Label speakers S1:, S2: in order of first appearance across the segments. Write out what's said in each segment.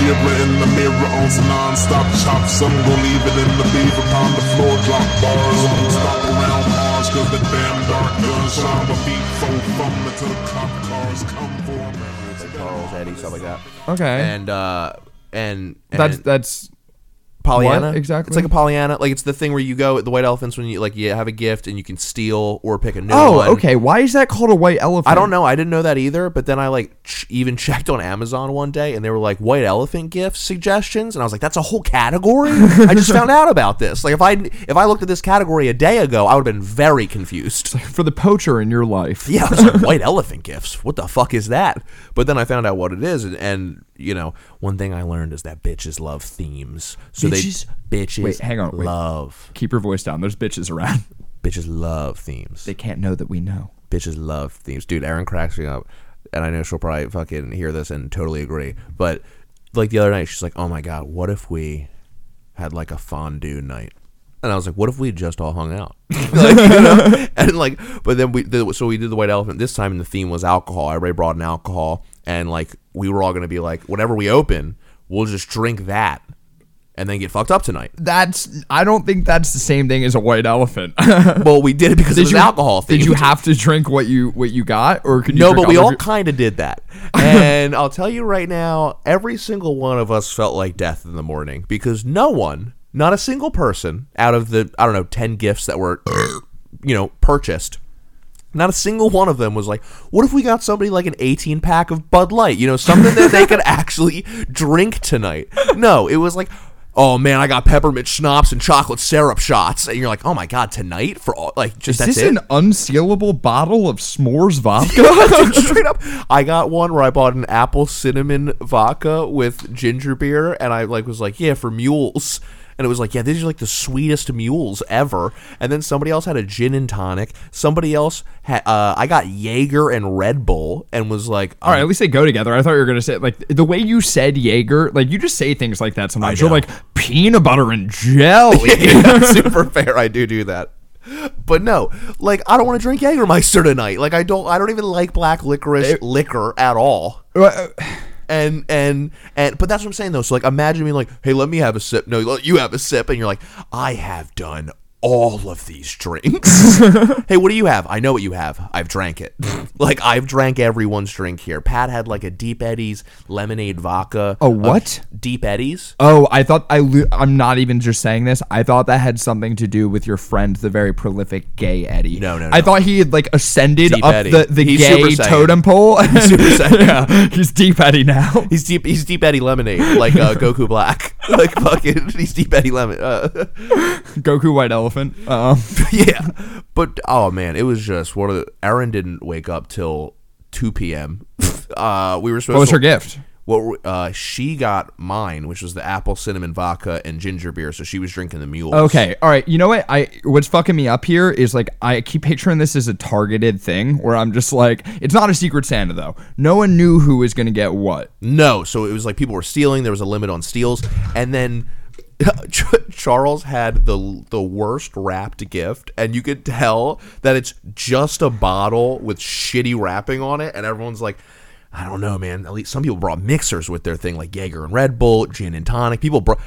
S1: Gibber in the mirror owns non-stop chop. Some gon' leave it in the beef upon the floor. Drop bars on stop around Mars. Cause the damn dark guns shine my feet. Four from the to the cop cars come for me.
S2: Charles, Eddie, stuff like that.
S3: Okay.
S2: And uh, and, and
S3: Eh? that's that's
S2: Pollyanna
S3: What exactly?
S2: It's like a Pollyanna. Like it's the thing where you go at the White Elephants when you like you have a gift and you can steal or pick a new one.
S3: Oh, okay. Why is that called a white elephant?
S2: I don't know. I didn't know that either. But then I like ch- even checked on Amazon one day, and they were like white elephant gift suggestions, and I was like, that's a whole category. I just found out about this. Like if I if I looked at this category a day ago, I would have been very confused.
S3: For the poacher in your life.
S2: Yeah, I was like, white elephant gifts. What the fuck is that? But then I found out what it is, and, and you know, one thing I learned is that bitches love themes. So
S3: Bitches?
S2: they bitches
S3: Wait, hang on, wait.
S2: love
S3: Keep your voice down. There's bitches around.
S2: bitches love themes.
S3: They can't know that we know.
S2: bitches love themes, dude. Erin cracks me up, and I know she'll probably fucking hear this and totally agree. But like the other night, she's like, "Oh my god, what if we had like a fondue night?" And I was like, "What if we just all hung out?" like, you know? And like, but then we the, so we did the white elephant this time, and the theme was alcohol. Everybody brought an alcohol, and like we were all gonna be like, whatever we open, we'll just drink that, and then get fucked up tonight.
S3: That's. I don't think that's the same thing as a white elephant.
S2: Well, we did it because it was alcohol.
S3: Did you
S2: themed.
S3: have to drink what you what you got, or could you?
S2: No,
S3: drink
S2: but we
S3: other
S2: all
S3: peop-
S2: kind of did that. And I'll tell you right now, every single one of us felt like death in the morning because no one, not a single person out of the, I don't know, 10 gifts that were, you know, purchased, not a single one of them was like, what if we got somebody like an 18 pack of Bud Light? You know, something that they could actually drink tonight. No, it was like, Oh man, I got peppermint schnapps and chocolate syrup shots, and you're like, "Oh my god, tonight for all like just
S3: Is
S2: that's
S3: this
S2: it."
S3: an unsealable bottle of s'mores vodka?
S2: straight up. I got one where I bought an apple cinnamon vodka with ginger beer, and I like was like, yeah, for mules. And it was like, yeah, these are like the sweetest mules ever. And then somebody else had a gin and tonic. Somebody else had, uh, I got Jaeger and Red Bull and was like,
S3: all right, at least they go together. I thought you were gonna say like the way you said Jaeger, like you just say things like that sometimes. You're
S2: know.
S3: like peanut butter and jelly.
S2: Yeah, super fair. I do do that. But no, like I don't want to drink Jägermeister tonight. Like I don't, I don't even like black licorice liquor at all. and and and but that's what I'm saying though. So like imagine me like, hey, let me have a sip. No, let you have a sip, and you're like, I have done all of these drinks. hey, what do you have? I know what you have. I've drank it. like I've drank everyone's drink here. Pat had like a Deep Eddies lemonade vodka.
S3: A what?
S2: Deep Eddies.
S3: Oh, I thought I. Lo- I'm not even just saying this. I thought that had something to do with your friend, the very prolific gay Eddie.
S2: No, no,
S3: I
S2: no.
S3: thought he had like ascended
S2: Deep
S3: up
S2: Eddie.
S3: the the
S2: He's
S3: gay
S2: Super Saiyan.
S3: totem pole.
S2: Super Saiyan.
S3: yeah, he's deep Eddie now.
S2: He's deep. He's deep Eddie Lemonade, like uh, Goku Black, like fucking. He's deep Eddie Lemon. Uh,
S3: Goku White Elephant. Um,
S2: yeah, but oh man, it was just one of the. Aaron didn't wake up till two p.m. uh, we were supposed.
S3: what was
S2: to,
S3: her gift?
S2: What were- uh, she got mine, which was the apple cinnamon vodka and ginger beer. So she was drinking the mule.
S3: Okay, all right. You know what? I what's fucking me up here is like I keep picturing this as a targeted thing where I'm just like, it's not a secret Santa though. No one knew who was gonna get what.
S2: No, so it was like people were stealing. There was a limit on steals, and then Ch- Charles had the the worst wrapped gift, and you could tell that it's just a bottle with shitty wrapping on it, and everyone's like. I don't know, man. At least some people brought mixers with their thing, like Jaeger and Red Bull, gin and tonic. People brought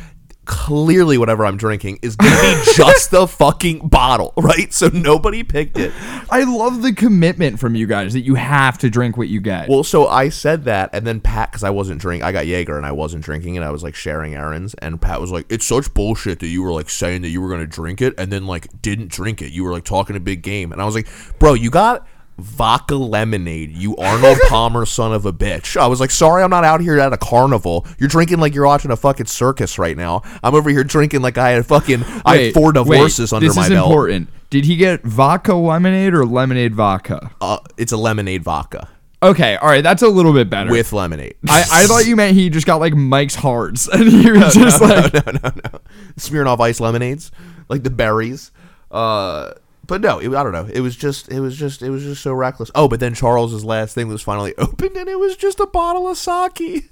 S2: clearly whatever I'm drinking is gonna be just the fucking bottle, right? So nobody picked it.
S3: I love the commitment from you guys that you have to drink what you get.
S2: Well, so I said that, and then Pat, because I wasn't drinking, I got Jaeger and I wasn't drinking, and I was like sharing errands, and Pat was like, "It's such bullshit that you were like saying that you were gonna drink it, and then like didn't drink it. You were like talking a big game." And I was like, "Bro, you got." Vodka lemonade, you Arnold Palmer son of a bitch. I was like, sorry, I'm not out here at a carnival. You're drinking like you're watching a fucking circus right now. I'm over here drinking like I had fucking I had
S3: Wait,
S2: four
S3: wait,
S2: divorces under
S3: this
S2: my
S3: is
S2: belt.
S3: important. Did he get vodka lemonade or lemonade vodka?
S2: Uh, it's a lemonade vodka
S3: Okay, all right, that's a little bit better.
S2: with lemonade.
S3: I, I thought you meant he just got like Mike's Hards, and he was just like,
S2: smearing off ice lemonades, like the berries. Uh, but no, it, I don't know. It was just, it was just, it was just so reckless. Oh, but then Charles's last thing was finally opened, and it was just a bottle of sake. he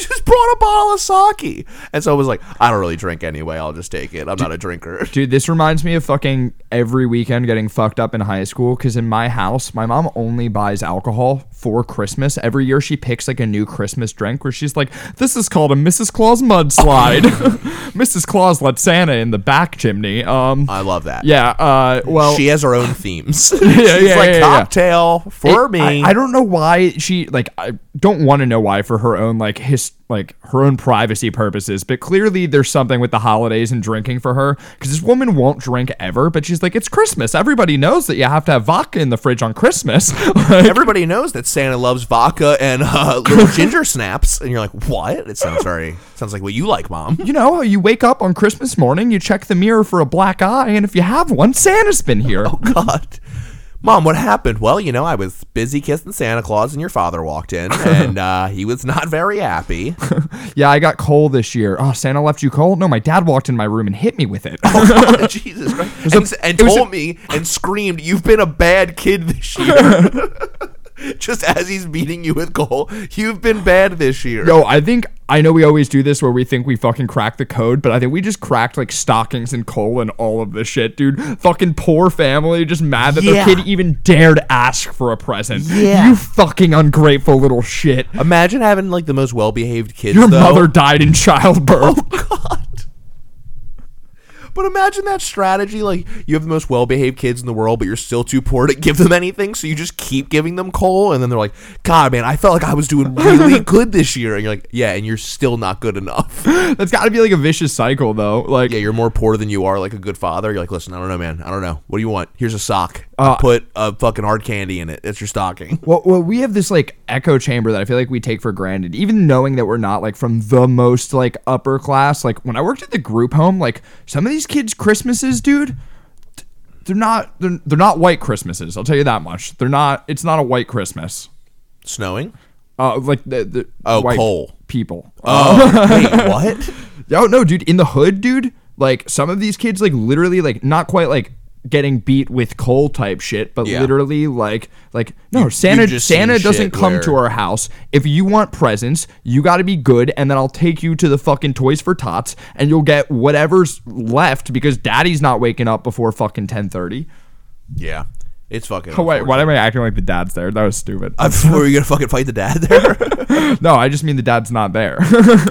S2: just brought a bottle of sake, and so I was like, I don't really drink anyway. I'll just take it. I'm not a drinker.
S3: dude, this reminds me of fucking every weekend getting fucked up in high school because in my house, my mom only buys alcohol for Christmas. Every year she picks like a new Christmas drink where she's like, this is called a Mrs. Claus mudslide. Mrs. Claus let Santa in the back chimney. Um,
S2: I love that.
S3: yeah, uh, well.
S2: she has her own themes. She's
S3: yeah,
S2: like
S3: yeah, yeah.
S2: cocktail for
S3: it-
S2: me.
S3: I, I don't know why she like I don't want to know why for her own like his like her own privacy purposes, but clearly there's something with the holidays and drinking for her because this woman won't drink ever, but she's like it's Christmas. Everybody knows that you have to have vodka in the fridge on Christmas. Like,
S2: Everybody knows that Santa loves vodka and uh, little ginger snaps, and you're like, "What?" It sounds very sounds like what you like, mom.
S3: you know, you wake up on Christmas morning, you check the mirror for a black eye, and if you have one, Santa's been here.
S2: Oh, God. Mom, what happened? Well, you know, I was busy kissing Santa Claus, and your father walked in, and uh, he was not very happy.
S3: Yeah, I got coal this year. Oh, Santa left you coal? No, my dad walked in my room and hit me with it.
S2: Oh, Jesus Christ!
S3: a-
S2: And, and
S3: it was a-
S2: told me and screamed, "You've been a bad kid this year." Just as he's beating you with coal, you've been bad this year.
S3: Yo, I think I know we always do this where we think we fucking cracked the code, but I think we just cracked like stockings and coal and all of this shit, dude. Fucking poor family, just mad that
S2: Yeah.
S3: their kid even dared ask for a present.
S2: Yeah.
S3: You fucking ungrateful little shit.
S2: Imagine having like the most well-behaved kids.
S3: Your
S2: though.
S3: mother died in childbirth.
S2: Oh, But imagine that strategy. Like, you have the most well behaved kids in the world, but you're still too poor to give them anything. So you just keep giving them coal. And then they're like, God, man, I felt like I was doing really good this year. And you're like, Yeah, and you're still not good enough. Yeah,
S3: That's got to be like a vicious cycle, though. Like,
S2: you're more poor than you are, like a good father. You're like, Listen, I don't know, man. I don't know. What do you want? Here's a sock.
S3: Uh,
S2: Put a fucking hard candy in it. That's your stocking.
S3: Well, well, we have this like echo chamber that I feel like we take for granted, even knowing that we're not like from the most like upper class. Like when I worked at the group home, like some of these kids' Christmases, dude, th- they're not they're, they're not white Christmases. I'll tell you that much. They're not. It's not a white Christmas.
S2: Snowing?
S3: Uh, like the, the
S2: Oh,
S3: white
S2: coal.
S3: people. Uh,
S2: Oh, wait, what?
S3: Oh no, dude! In the hood, dude. Like some of these kids, like literally, like not quite like getting beat with coal type shit, but
S2: Yeah.
S3: literally, like, like no, Santa
S2: you've just
S3: Santa
S2: seen
S3: doesn't
S2: shit
S3: come to
S2: where-
S3: our house. If you want presents, you got to be good, and then I'll take you to the fucking Toys for Tots, and you'll get whatever's left because Daddy's not waking up before fucking ten thirty.
S2: Yeah. It's fucking.
S3: Oh wait, why am I acting like the dad's there? That was stupid.
S2: unfortunate. Were you going to fucking fight the dad there?
S3: no, I just mean the dad's not there.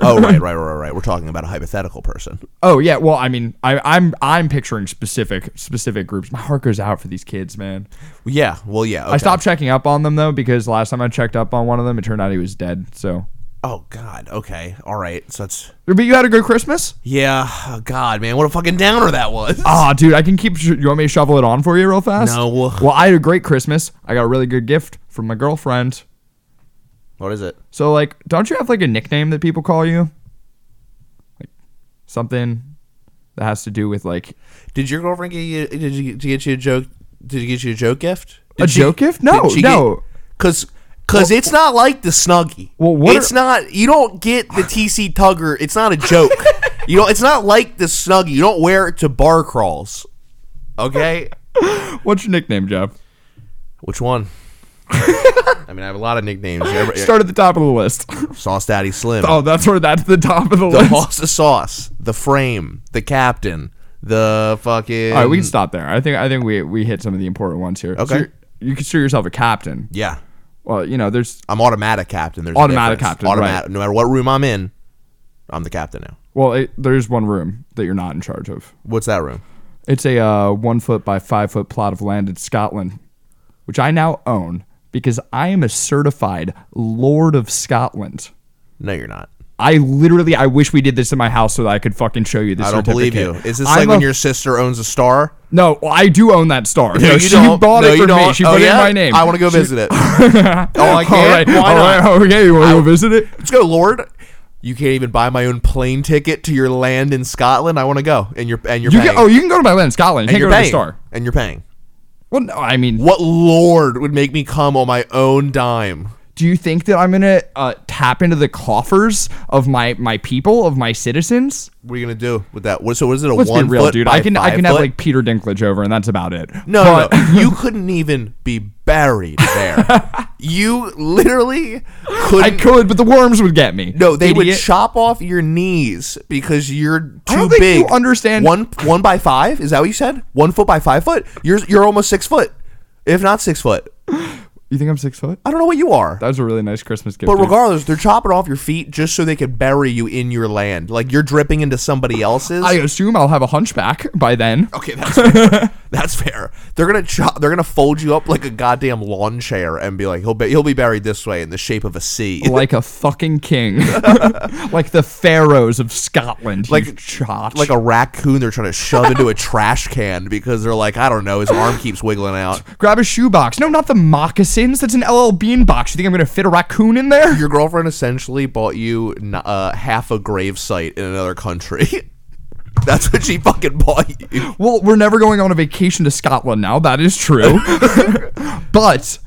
S2: oh, right, right, right, right. We're talking about a hypothetical person.
S3: Oh yeah, well I mean I, I'm I'm picturing specific specific groups. My heart goes out for these kids, man.
S2: Yeah. Well, yeah.
S3: I
S2: okay.
S3: stopped checking up on them though because last time I checked up on one of them, it turned out he was dead. So,
S2: Oh God. Okay. All right. So it's
S3: but you had a good Christmas.
S2: yeah. Oh, God, man, what a fucking downer that was.
S3: Ah, dude, I can keep. You want me to shovel it on for you real fast?
S2: No.
S3: Well, I had a great Christmas. I got a really good gift from my girlfriend.
S2: What is it?
S3: So like, don't you have like a nickname that people call you? Like something that has to do with like
S2: Did your girlfriend get you? Did you did you get you a joke? Did you get you a joke gift?
S3: A joke gift? No, no.
S2: Because. Cause it's not like the Snuggie.
S3: Well, what
S2: it's
S3: are-
S2: not. You don't get the TC Tugger. It's not a joke. you know, it's not like the Snuggie. You don't wear it to bar crawls. Okay.
S3: what's your nickname, Jeff?
S2: Which one? I mean, I have a lot of nicknames. Every-
S3: Start at the top of the list.
S2: Sauce Daddy Slim.
S3: Oh, that's where that's the top of the,
S2: the
S3: list. All
S2: hoss the sauce, the frame, the captain, the fucking.
S3: right, we can stop there. I think I think we we hit some of the important ones here.
S2: Okay.
S3: you're- you consider yourself a captain.
S2: yeah,
S3: Well, you know, there's
S2: I'm automatic captain. There's a
S3: Automatic
S2: difference.
S3: captain,
S2: Automatic.
S3: right.
S2: No matter what room I'm in, I'm the captain now.
S3: well, it, there's one room that you're not in charge of.
S2: What's that room?
S3: It's a uh, one foot by five foot plot of land in Scotland, which I now own because I am a certified Lord of Scotland.
S2: No, you're not.
S3: I literally, I wish we did this in my house so that I could fucking show you this.
S2: I don't believe you. Is this like when your sister owns a star?
S3: No, well, I do own that star. No,
S2: you
S3: she
S2: don't.
S3: bought
S2: No,
S3: it
S2: you
S3: for me.
S2: don't.
S3: She
S2: Oh,
S3: put it in
S2: yeah?
S3: my name.
S2: I want to go
S3: She-
S2: visit it. oh, I can't.
S3: All right,
S2: Why
S3: all
S2: not?
S3: right, okay. You want to go visit it?
S2: Let's go, Lord. You can't even buy my own plane ticket to your land in Scotland. I want to go, and you're and you're
S3: You
S2: paying.
S3: can, oh, you can go to my land, Scotland. You
S2: and
S3: can't
S2: you're
S3: go to the
S2: paying.
S3: star.
S2: And you're paying.
S3: Well, no, I mean,
S2: What lord would make me come on my own dime?
S3: do you think that I'm gonna uh, tap into the coffers of my my people of my citizens?
S2: What are you gonna do with that? What, so what is it a
S3: Let's
S2: one
S3: be real,
S2: foot
S3: dude.
S2: by
S3: I can I
S2: five
S3: can have
S2: foot?
S3: like Peter Dinklage over, and that's about it.
S2: No, no, no. you couldn't even be buried there. you literally
S3: I
S2: couldn't.
S3: could, but the worms would get me.
S2: no, they would
S3: Idiot.
S2: chop off your knees because you're too
S3: don't
S2: big.
S3: think you understand-
S2: One one by five? Is that what you said? One foot by five foot? You're you're almost six foot, if not six foot.
S3: you think I'm six foot?
S2: I don't know what you are.
S3: That was a really nice Christmas gift.
S2: But
S3: dude.
S2: regardless, they're chopping off your feet just so they could bury you in your land. Like you're dripping into somebody else's.
S3: I assume I'll have a hunchback by then.
S2: okay, that's fair. that's fair. They're gonna chop. They're gonna fold you up like a goddamn lawn chair and be like, he'll be he'll be buried this way in the shape of a C.
S3: Like a fucking king, like the pharaohs of Scotland. Like
S2: Like-
S3: chot,
S2: Like a raccoon, they're trying to shove into a trash can because they're like, I don't know, his arm keeps wiggling out.
S3: grab a shoebox. No, not the moccasins. That's an LL Bean box. You think I'm gonna fit a raccoon in there?
S2: Your girlfriend essentially bought you n- uh, half a grave site in another country. That's what she fucking bought you.
S3: Well, we're never going on a vacation to Scotland now. That is true. but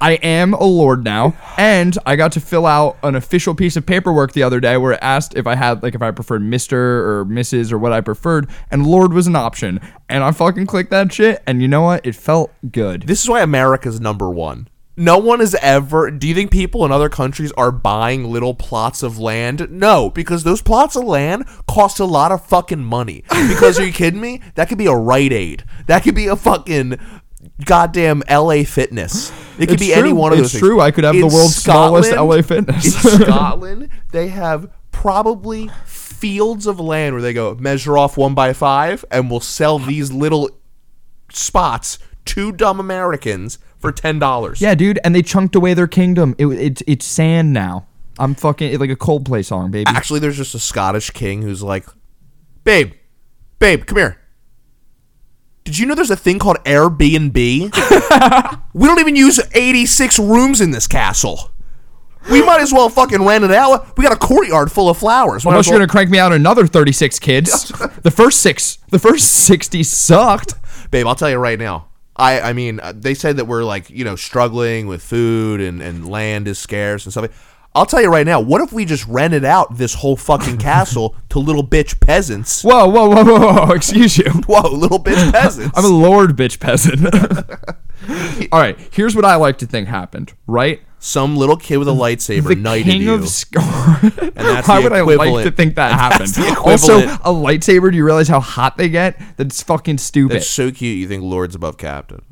S3: I am a lord now, and I got to fill out an official piece of paperwork the other day where it asked if I had like if I preferred Mister or Mrs. or what I preferred, and Lord was an option. And I fucking clicked that shit, and you know what? It felt good.
S2: This is why America's number one. No one is ever. Do you think people in other countries are buying little plots of land? No, because those plots of land cost a lot of fucking money. Because are you kidding me? That could be a Rite Aid. That could be a fucking goddamn LA Fitness. It could
S3: It's
S2: be
S3: true.
S2: any one of
S3: It's
S2: those. things.
S3: true. I could have the world's smallest LA Fitness.
S2: in Scotland, they have probably fields of land where they go measure off one by five, and we'll sell these little spots to dumb Americans for ten dollars.
S3: Yeah, dude. And they chunked away their kingdom. It, it it's sand now. I'm fucking it's like a Coldplay song, baby.
S2: Actually, there's just a Scottish king who's like, "Babe, babe, come here. Did you know there's a thing called Airbnb? we don't even use 86 rooms in this castle. We might as well fucking rent it out. We got a courtyard full of flowers. Might as
S3: Unless
S2: well-
S3: you're gonna crank me out another 36 kids. the first six, the first 60 sucked.
S2: babe i'll tell you right now i i mean uh, they said that we're like you know struggling with food and and land is scarce and stuff i'll tell you right now what if we just rented out this whole fucking castle to little bitch peasants
S3: Whoa, whoa, whoa, whoa, whoa, whoa, excuse you.
S2: whoa little bitch peasants
S3: I'm a lord bitch peasant. All right, here's what I like to think happened, right?
S2: some little kid with a lightsaber knighted
S3: King
S2: you
S3: of Scorn.
S2: that's
S3: how
S2: the
S3: would I like to
S2: equivalent.
S3: think that happened?
S2: the
S3: Also,
S2: equivalent.
S3: a lightsaber, do you realize how hot they get? That's fucking stupid.
S2: it's so cute you think lord's above captain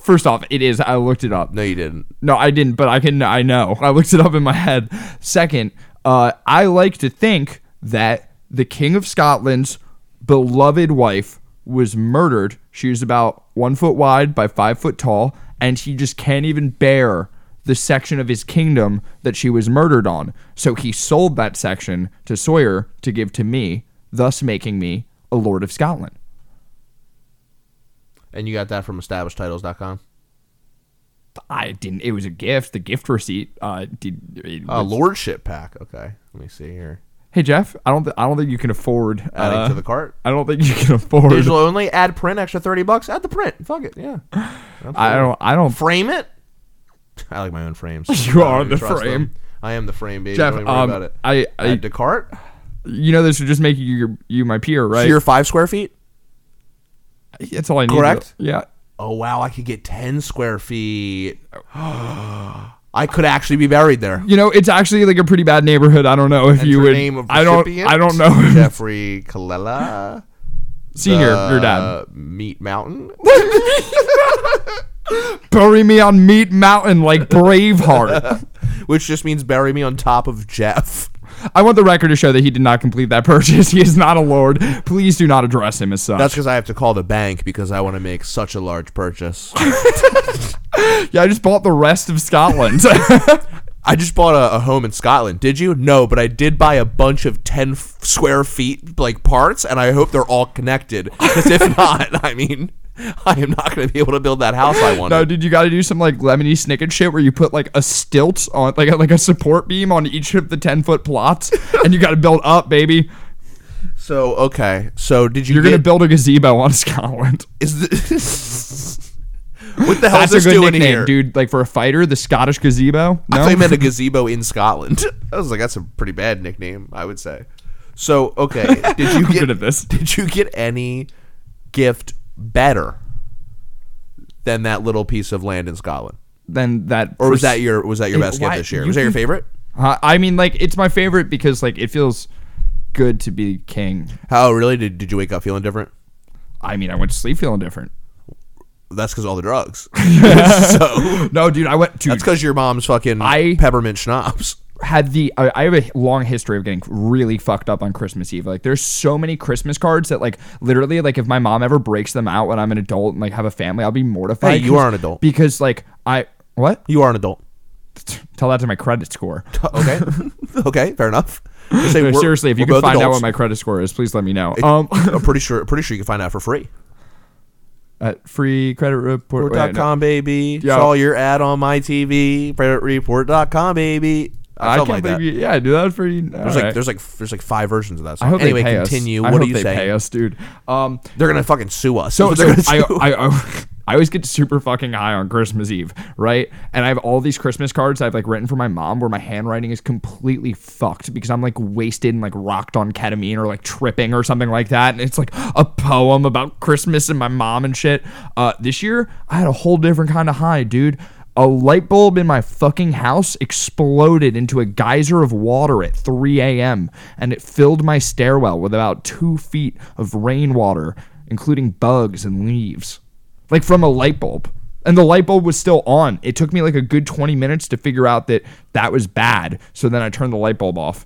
S3: First off, it is. I looked it up.
S2: no you didn't
S3: No, I didn't, but I can. I know. I looked it up in my head. Second, uh, I like to think that the King of Scotland's beloved wife was murdered. She was about one foot wide by five foot tall, and he just can't even bear the section of his kingdom that she was murdered on. So he sold that section to Sawyer to give to me, thus making me a Lord of Scotland.
S2: and you got that from establishedtitles.com
S3: I didn't. It was a gift. The gift receipt. Uh, did it
S2: uh,
S3: was-
S2: lordship pack okay let me see here
S3: Hey Jeff, I don't. Th- I don't think you can afford.
S2: adding
S3: Uh,
S2: to the cart
S3: I don't think you can afford.
S2: digital only add print extra 30 bucks add the print fuck it yeah
S3: I don't. I don't.
S2: frame it. I like my own frames.
S3: You
S2: I don't
S3: are
S2: even
S3: the
S2: trust
S3: frame.
S2: them. I am the frame, baby.
S3: Jeff,
S2: don't even worry about
S3: um,
S2: it.
S3: I,
S2: Add
S3: I,
S2: to cart.
S3: you know, this would just make you your, you my peer, right?
S2: you're five square feet.
S3: That's all I need.
S2: correct?
S3: Yeah.
S2: Oh wow, I could get ten square feet. I could actually be buried there.
S3: You know, it's actually like a pretty bad neighborhood. I don't know if you
S2: Enter
S3: would.
S2: name of
S3: I don't.
S2: recipient,
S3: I don't know.
S2: Jeffrey Kalela.
S3: Senior, your dad.
S2: Uh, Meat Mountain.
S3: Bury me on Meat Mountain like Braveheart.
S2: Which just means bury me on top of Jeff.
S3: I want the record to show that he did not complete that purchase. He is not a lord. Please do not address him as such.
S2: That's because I have to call the bank because I want to make such a large purchase.
S3: yeah, I just bought the rest of Scotland.
S2: I just bought a, a home in Scotland. Did you? No, but I did buy a bunch of 10 f- square feet like parts, and I hope they're all connected. Because if not, I mean, I am not going to be able to build that house I wanted.
S3: No, dude, you got to do some like lemony snicket shit where you put like a stilt on, like a, like a support beam on each of the ten foot plots, and you got to build up, baby.
S2: So okay, so did you?
S3: You're gonna
S2: get-
S3: build a gazebo on Scotland.
S2: Is the- What the hell
S3: That's
S2: is this
S3: a good
S2: doing
S3: nickname,
S2: here?
S3: dude. Like for a fighter, the Scottish gazebo.
S2: I
S3: No,
S2: thought he meant a gazebo in Scotland. I was like, that's a pretty bad nickname, I would say. So, okay, did you
S3: I'm
S2: get
S3: good at this.
S2: Did you get any gift better than that little piece of land in Scotland,
S3: then that
S2: or was that your was that your
S3: It-
S2: best gift
S3: why-
S2: this year?
S3: you
S2: Was that your
S3: can-
S2: favorite?
S3: Uh, I mean, like it's my favorite because like it feels good to be king.
S2: How really did did you wake up feeling different?
S3: I mean, I went to sleep feeling different.
S2: That's because all the drugs. so
S3: No, dude, I went to
S2: that's because your mom's fucking
S3: I-
S2: peppermint schnapps.
S3: had the I, I have a long history of getting really fucked up on Christmas Eve. Like there's so many Christmas cards that like literally like if my mom ever breaks them out when I'm an adult and like have a family, I'll be mortified.
S2: Hey, you
S3: 'cause-
S2: are an adult.
S3: Because like I what?
S2: You are an adult.
S3: Tell that to my credit score.
S2: Okay, okay, fair enough. I say
S3: No,
S2: we're-
S3: seriously, if you
S2: we're
S3: can
S2: both
S3: find out
S2: adults.
S3: what my credit score is, please let me know. Um
S2: I'm pretty sure pretty sure you can find out for free.
S3: at free credit report. wait, no.
S2: Report.com, baby.
S3: Yeah.
S2: Saw your ad on my TV. Report.com, baby. Something
S3: I can't
S2: like that.
S3: believe you, yeah, dude, that was pretty.
S2: There's like,
S3: alright.
S2: there's like there's like five versions of that song.
S3: I hope
S2: anyway,
S3: they pay
S2: continue.
S3: Us. I
S2: What
S3: hope
S2: are you
S3: they
S2: saying?
S3: Pay us, dude. Um,
S2: They're gonna fucking sue us.
S3: so,
S2: That's what
S3: so
S2: they're gonna
S3: I, I, I, I always get super fucking high on Christmas Eve, right? And I have all these Christmas cards I've like written for my mom where my handwriting is completely fucked because I'm like wasted and like rocked on ketamine or like tripping or something like that. And it's like a poem about Christmas and my mom and shit. Uh, this year, I had a whole different kind of high, dude. A light bulb in my fucking house exploded into a geyser of water at 3 a.m. and it filled my stairwell with about two feet of rainwater, including bugs and leaves. Like from a light bulb. And the light bulb was still on. It took me like a good 20 minutes to figure out that that was bad. So then I turned the light bulb off.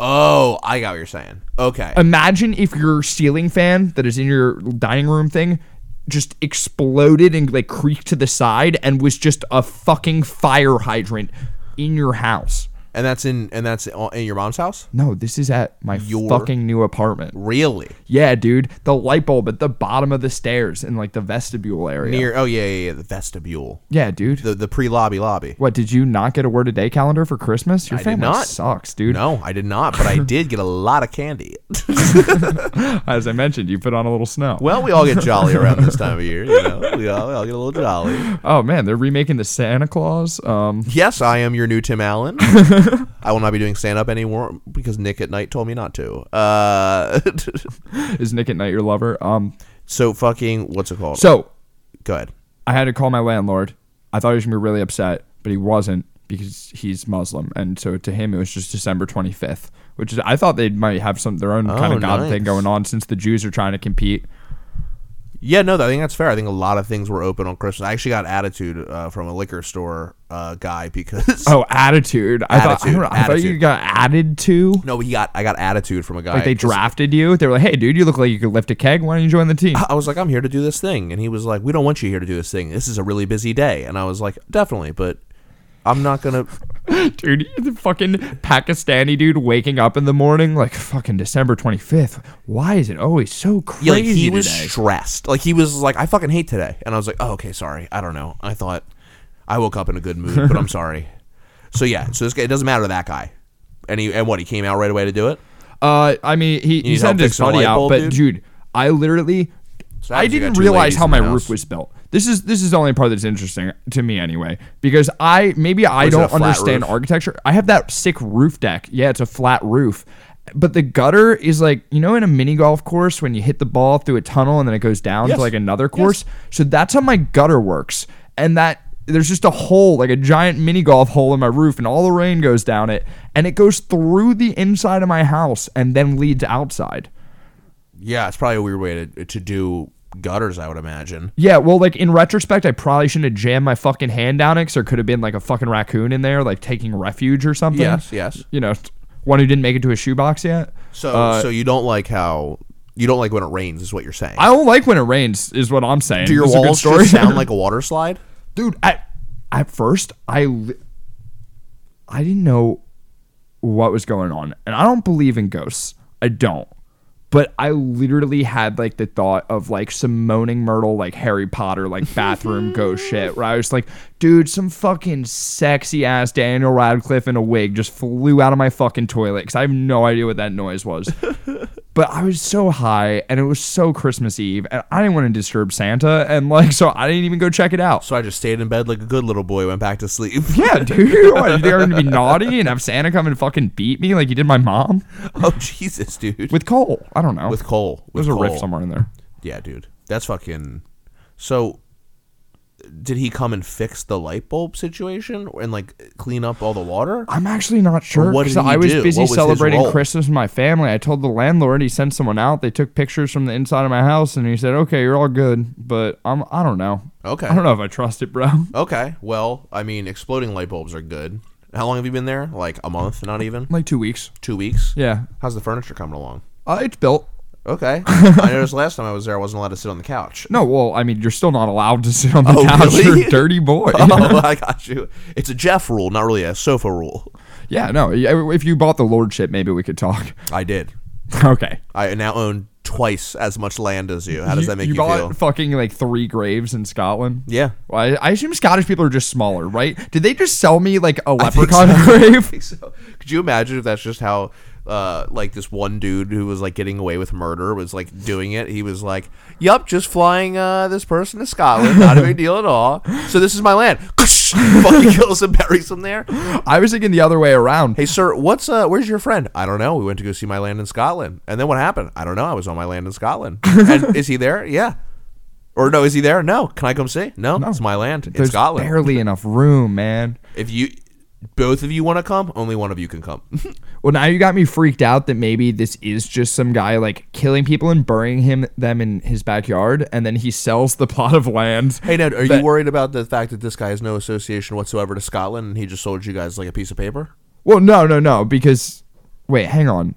S2: oh, I got what you're saying. Okay.
S3: Uh, Imagine if your ceiling fan that is in your dining room thing just exploded and like creaked to the side and was just a fucking fire hydrant in your house.
S2: and that's in and that's in your mom's house.
S3: No, this is at my
S2: Your-
S3: fucking new apartment.
S2: Really?
S3: Yeah, dude. The light bulb at the bottom of the stairs in like the vestibule area.
S2: Near? Oh yeah, yeah, yeah. The vestibule.
S3: yeah, dude.
S2: The the pre lobby lobby.
S3: what, did you not get a word a day calendar for Christmas? Your
S2: I did
S3: family
S2: not.
S3: sucks, dude.
S2: No, I did not, but I did get a lot of candy.
S3: As I mentioned, you put on a little snow.
S2: well, we all get jolly around this time of year. You know, we all, we all get a little jolly.
S3: oh man, they're remaking the Santa Claus. Um
S2: Yes, I am your new Tim Allen. I will not be doing stand up anymore because Nick at Night told me not to. Uh,
S3: is Nick at Night your lover? Um
S2: so fucking what's it called?
S3: so
S2: go ahead.
S3: I had to call my landlord. I thought he was gonna be really upset, but he wasn't because he's Muslim, and so to him it was just December twenty fifth, which is I thought they might have some their own kind
S2: Oh,
S3: of god
S2: nice.
S3: thing going on since the Jews are trying to compete.
S2: Yeah, no, I think that's fair. I think a lot of things were open on Christmas. I actually got attitude uh, from a liquor store uh, guy because
S3: Oh, attitude! I thought I,
S2: Attitude,
S3: don't know, I thought you
S2: attitude.
S3: got added to.
S2: no, he got I got attitude from a guy.
S3: Like they
S2: 'cause
S3: drafted you. They were like, "Hey, dude, you look like you could lift a keg. Why don't you join the team?"
S2: I was like, I'm here to do this thing, and he was like, We don't want you here to do this thing. This is a really busy day, and I was like, Definitely, but I'm not gonna.
S3: dude, the fucking Pakistani dude waking up in the morning like fucking December twenty fifth. Why is it always so crazy
S2: Yeah, like he was
S3: today?
S2: stressed. Like he was like, I fucking hate today. And I was like, oh, okay, sorry. I don't know. I thought I woke up in a good mood, but I'm sorry. So yeah, so this guy it doesn't matter to that guy. And he and what he came out right away to do it.
S3: Uh, I mean, he he
S2: need help
S3: sent his
S2: fixing a light
S3: buddy out,
S2: bulb,
S3: but
S2: dude?
S3: dude? I literally,
S2: So that
S3: I
S2: means you got
S3: didn't
S2: two
S3: realize
S2: ladies
S3: how
S2: in
S3: my
S2: the
S3: roof
S2: house.
S3: was built. This is this is the only part that's interesting to me anyway, because I maybe I
S2: is it, a
S3: don't
S2: flat
S3: understand
S2: roof?
S3: architecture. I have that sick roof deck. Yeah, it's a flat roof. But the gutter is like you know in a mini golf course when you hit the ball through a tunnel and then it goes down
S2: Yes.
S3: to like another course. So that's how my gutter works, and that there's just a hole like a giant mini golf hole in my roof, and all the rain goes down it, and it goes through the inside of my house and then leads outside.
S2: Yeah, it's probably a weird way to to do gutters, I would imagine.
S3: Yeah, well, like in retrospect, I probably shouldn't have jammed my fucking hand down it 'cause there could have been like a fucking raccoon in there, like taking refuge or something.
S2: Yes, yes.
S3: You know, one who didn't make it to a shoebox yet.
S2: So
S3: Uh,
S2: so you don't like how you don't like when it rains, is what you're saying.
S3: I don't like when it rains, is what I'm saying.
S2: do your
S3: This is a good
S2: walls
S3: story.
S2: just sound like a water slide?
S3: dude? At at first, I li- I didn't know what was going on, and I don't believe in ghosts. I don't. But I literally had like the thought of like some moaning Myrtle, like Harry Potter, like bathroom ghost shit, where I was like, dude, some fucking sexy ass Daniel Radcliffe in a wig just flew out of my fucking toilet because I have no idea what that noise was. But I was so high and it was so Christmas Eve and I didn't want to disturb Santa and like so I didn't even go check it out.
S2: So I just stayed in bed like a good little boy, went back to sleep.
S3: Yeah, dude. What, you think I'm gonna be naughty and have Santa come and fucking beat me like he did my mom
S2: oh Jesus, dude. With,
S3: with coal? I don't know.
S2: with coal. With
S3: There's a riff
S2: coal.
S3: somewhere in there.
S2: Yeah, dude. That's fucking. So, did he come and fix the light bulb situation and like clean up all the water?
S3: I'm actually not sure.
S2: what
S3: 'cause
S2: did he
S3: I was
S2: do?
S3: busy
S2: What was his
S3: celebrating
S2: role?
S3: Christmas with my family. I told the landlord he sent someone out. They took pictures from the inside of my house, and he said, "Okay, you're all good." But I'm I don't know.
S2: Okay.
S3: I don't know if I trust it, bro.
S2: Okay. Well, I mean, exploding light bulbs are good. How long have you been there? Like a month? Not even
S3: Like two weeks.
S2: two weeks.
S3: Yeah,
S2: How's the furniture coming along?
S3: uh, it's built.
S2: Okay. I noticed last time I was there, I wasn't allowed to sit on the couch.
S3: No, well, I mean, you're still not allowed to sit on the
S2: Oh,
S3: couch.
S2: really?
S3: You're a dirty boy.
S2: Oh, I got you. It's a Jeff rule, not really a sofa rule.
S3: yeah, no. yeah, If you bought the lordship, maybe we could talk.
S2: I did.
S3: Okay.
S2: I now own twice as much land as you. How does that make you,
S3: you bought
S2: feel?
S3: fucking like three graves in Scotland.
S2: yeah.
S3: Well, I, I assume Scottish people are just smaller, right? Did they just sell me like a
S2: think
S3: leprechaun
S2: so.
S3: grave?
S2: think so. Could you imagine if that's just how, uh, like this one dude who was like getting away with murder was like doing it? He was like, "Yup, just flying uh, this person to Scotland, not a big deal at all." So this is my land. Fucking kills and buries him there.
S3: I was thinking the other way around.
S2: Hey, sir, what's uh, where's your friend? I don't know. We went to go see my land in Scotland, and then what happened? I don't know. I was on my land in Scotland. and is he there? Yeah. Or no, is he there? No. Can I come see? No, it's my land. It's
S3: There's
S2: Scotland.
S3: barely enough room, man.
S2: If you, both of you want to come, only one of you can come.
S3: Well, now you got me freaked out that maybe this is just some guy like killing people and burying him them in his backyard, and then he sells the plot of land.
S2: Hey Ned, are
S3: But-
S2: you worried about the fact that this guy has no association whatsoever to Scotland and he just sold you guys like a piece of paper?
S3: Well, no, no, no, because wait, hang on.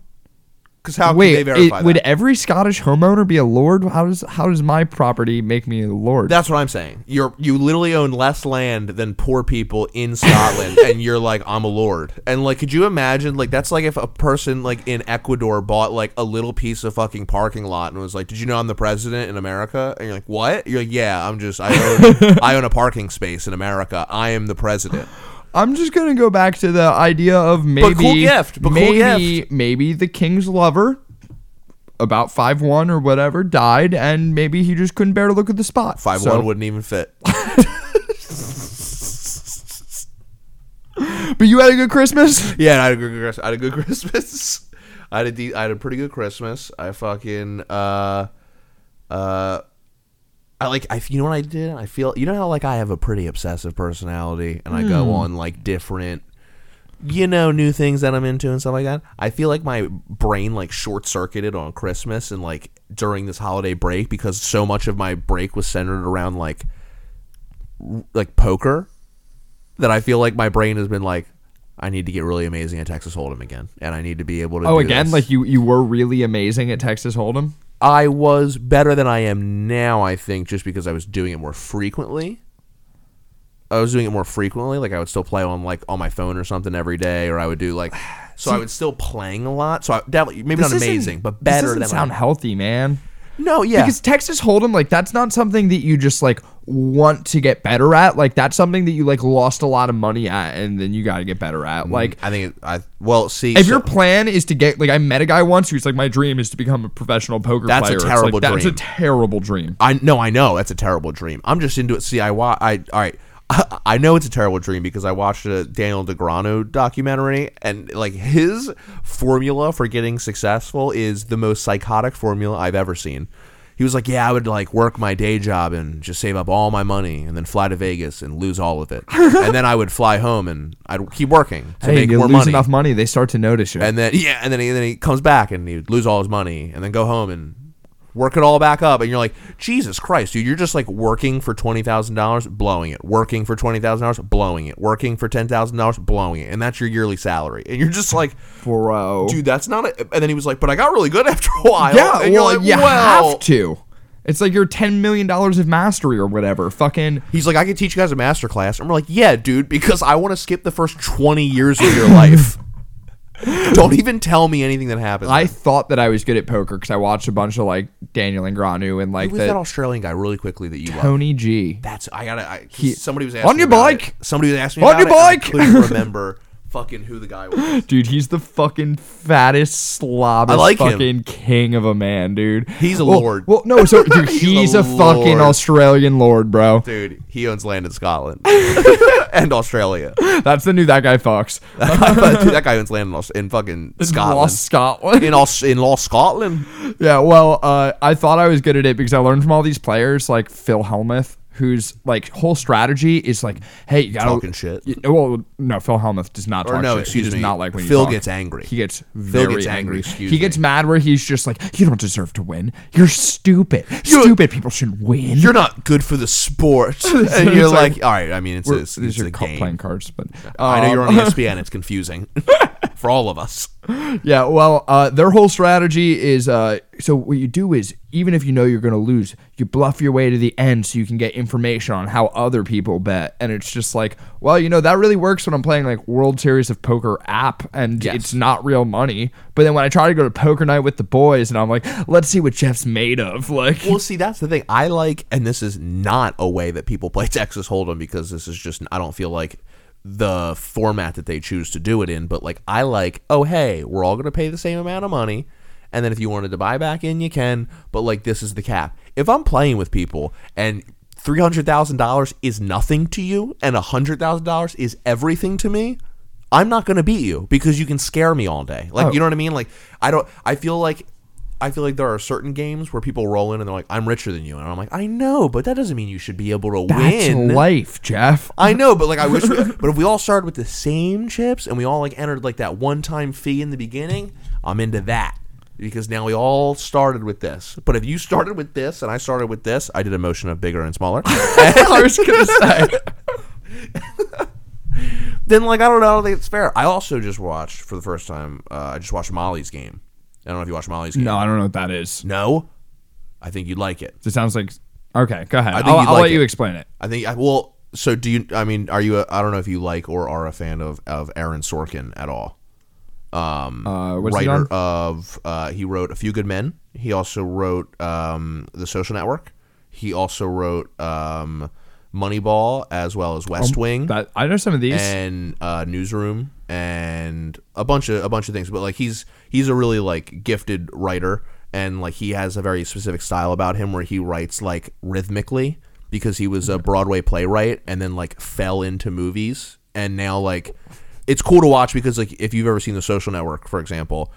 S2: Because how
S3: Wait,
S2: can they verify
S3: it- would
S2: that?
S3: every Scottish homeowner be a lord? How does how does my property make me a lord?
S2: That's what I'm saying. You're you literally own less land than poor people in Scotland, and you're like, I'm a lord. And like, could you imagine? Like, that's like if a person like in Ecuador bought like a little piece of fucking parking lot and was like, Did you know I'm the president in America? And you're like, What? You're like, Yeah, I'm just I own I own a parking space in America. I am the president.
S3: I'm just gonna go back to the idea of maybe
S2: cool gift, but cool
S3: maybe
S2: gift.
S3: maybe the king's lover, about five one or whatever, died, and maybe he just couldn't bear to look at the spot.
S2: Five
S3: So-
S2: one wouldn't even fit.
S3: But you had a good Christmas.
S2: Yeah, I had a good, Christ- I had a good Christmas. I had a de- I had a pretty good Christmas. I fucking uh uh I like I you know what I did? I feel you know how like I have a pretty obsessive personality and I go on like different you know new things that I'm into and stuff like that. I feel like my brain like short circuited on Christmas and like during this holiday break because so much of my break was centered around like r- like poker that I feel like my brain has been like I need to get really amazing at Texas Hold'em again and I need to be able to
S3: Oh,
S2: do
S3: again,
S2: this.
S3: like you you were really amazing at Texas Hold'em.
S2: I was better than I am now, I think, just because I was doing it more frequently. I was doing it more frequently. Like I would still play on like on my phone or something every day, or I would do like so I was still playing a lot. So I definitely maybe not
S3: This isn't-
S2: amazing, but
S3: this
S2: better
S3: doesn't
S2: than
S3: sound
S2: I,
S3: healthy, man.
S2: No, yeah.
S3: Because Texas Hold'em, like that's not something that you just like want to get better at. Like that's something that you like lost a lot of money at, and then you got to get better
S2: Mm-hmm.
S3: at. Like
S2: I think it, I well see
S3: If
S2: so-
S3: your plan is to get like I met a guy once who's like my dream is to become a professional poker
S2: That's a
S3: player. It's
S2: terrible
S3: like, That's a
S2: dream.
S3: terrible dream.
S2: I no, I know that's a terrible dream. I'm just into it. See, I wa- I all right. I know it's a terrible dream because I watched a Daniel DeGrano documentary, and like his formula for getting successful is the most psychotic formula I've ever seen. He was like, "Yeah, I would like work my day job and just save up all my money, and then fly to Vegas and lose all of it, and then I would fly home and I'd keep working to
S3: Hey,
S2: make
S3: you
S2: more
S3: lose
S2: money."
S3: enough money, they start to notice you.
S2: And then yeah, and then he, then he comes back and he would lose all his money, and then go home and work it all back up. And you're like, Jesus Christ, dude, you're just like working for twenty thousand dollars, blowing it. Working for twenty thousand dollars, blowing it. Working for ten thousand dollars, blowing it. And that's your yearly salary. And you're just like,
S3: Bro.
S2: dude, that's not. A, and then he was like, but I got really good after a while.
S3: yeah,
S2: and
S3: well, you have to. It's like your ten million dollars of mastery or whatever. Fucking
S2: He's like, I can teach you guys a master class. And we're like, yeah, dude, because I want to skip the first 20 years of your life. Don't even tell me anything that happens.
S3: I thought that I was good at poker because I watched a bunch of like Daniel Ingranu and like
S2: Who was that
S3: the
S2: Australian guy really quickly that you love?
S3: Tony G.
S2: That's I gotta. I,
S3: He-
S2: somebody was
S3: On
S2: asking me
S3: your
S2: about
S3: bike!
S2: it. Somebody was asking me
S3: On
S2: about
S3: your
S2: it, and I
S3: bike!
S2: couldn't remember fucking who the guy was.
S3: Dude, he's the fucking fattest, slobbest
S2: like him.
S3: fucking king of a man, dude.
S2: He's a
S3: Well-
S2: lord.
S3: Well, no, so dude,
S2: He's
S3: he's,
S2: a
S3: a, fucking
S2: lord.
S3: Australian lord, bro.
S2: Dude, he owns land in Scotland and Australia.
S3: That's the new that guy fucks.
S2: Dude, that guy owns land in, Aus- in fucking Scotland.
S3: Lost Scotland.
S2: in Aus- in Lost Scotland.
S3: Yeah, well, uh, I thought I was good at it because I learned from all these players like Phil Helmuth, whose like whole strategy is like, hey, you gotta
S2: Talking shit.
S3: Y- well, no, Phil Helmuth does not talk
S2: Or no,
S3: shit.
S2: excuse
S3: he does
S2: me.
S3: not like when you
S2: Phil
S3: talk.
S2: gets angry.
S3: He gets
S2: Phil
S3: very
S2: gets angry,
S3: angry.
S2: excuse
S3: He gets
S2: me.
S3: mad where he's just like, you don't deserve to win. You're stupid. stupid people shouldn't win.
S2: You're not good for the sport. and you're
S3: It's like-
S2: like, all right, I mean, it's, a,
S3: We're-
S2: it's,
S3: these
S2: it's
S3: are
S2: a
S3: co-
S2: game.
S3: playing cards, but
S2: I know
S3: um,
S2: you're on E ESPN. It's confusing for all of us.
S3: Yeah, well, uh, their whole strategy is uh, so what you do is even if you know you're going to lose, you bluff your way to the end so you can get information on how other people bet, and it's just like, well, you know, that really works when I'm playing like World Series of Poker app, and
S2: Yes.
S3: it's not real money. But then when I try to go to poker night with the boys, and I'm like, let's see what Jeff's made of, like.
S2: Well, see, that's the thing. I like, and this is not a way that people play Texas Hold'em because this is just, I don't feel like the format that they choose to do it in. But like, I like, oh, hey, we're all going to pay the same amount of money. And then if you wanted to buy back in, you can. But like, this is the cap. If I'm playing with people and $300,000 is nothing to you and $100,000 is everything to me, I'm not going to beat you because you can scare me all day. Like, you know what I mean? Like, I don't, I feel like I feel like there are certain games where people roll in and they're like, "I'm richer than you," and I'm like, "I know, but that doesn't mean you should be able to
S3: That's
S2: win."
S3: life, Jeff.
S2: I know, but like, I wish. but if we all started with the same chips and we all like entered like that one time fee in the beginning, I'm into that because now we all started with this. But if you started with this and I started with this, I did a motion of bigger and smaller.
S3: I was gonna say.
S2: then like I don't know, I don't think it's fair. I also just watched for the first time. Uh, I just watched Molly's game. I don't know if you watched Molly's game.
S3: No, I don't know what that is.
S2: no, I think you'd like it.
S3: It sounds like okay. Go ahead.
S2: think
S3: I'll,
S2: you'd
S3: I'll
S2: like
S3: let you
S2: it.
S3: explain it.
S2: I think I well. So do you? I mean, are you? A, I don't know if you like or are a fan of of Aaron Sorkin at all. Um,
S3: Uh, what's he
S2: writer
S3: on?
S2: of uh, he wrote A Few Good Men. He also wrote um, The Social Network. He also wrote um, Moneyball as well as
S3: Um,
S2: West Wing
S3: That I know some of these.
S2: and uh, Newsroom and a bunch of a bunch of things. But like he's he's a really like gifted writer and like he has a very specific style about him where he writes like rhythmically because he was a Broadway playwright and then like fell into movies and now like it's cool to watch because like if you've ever seen The Social Network, for example,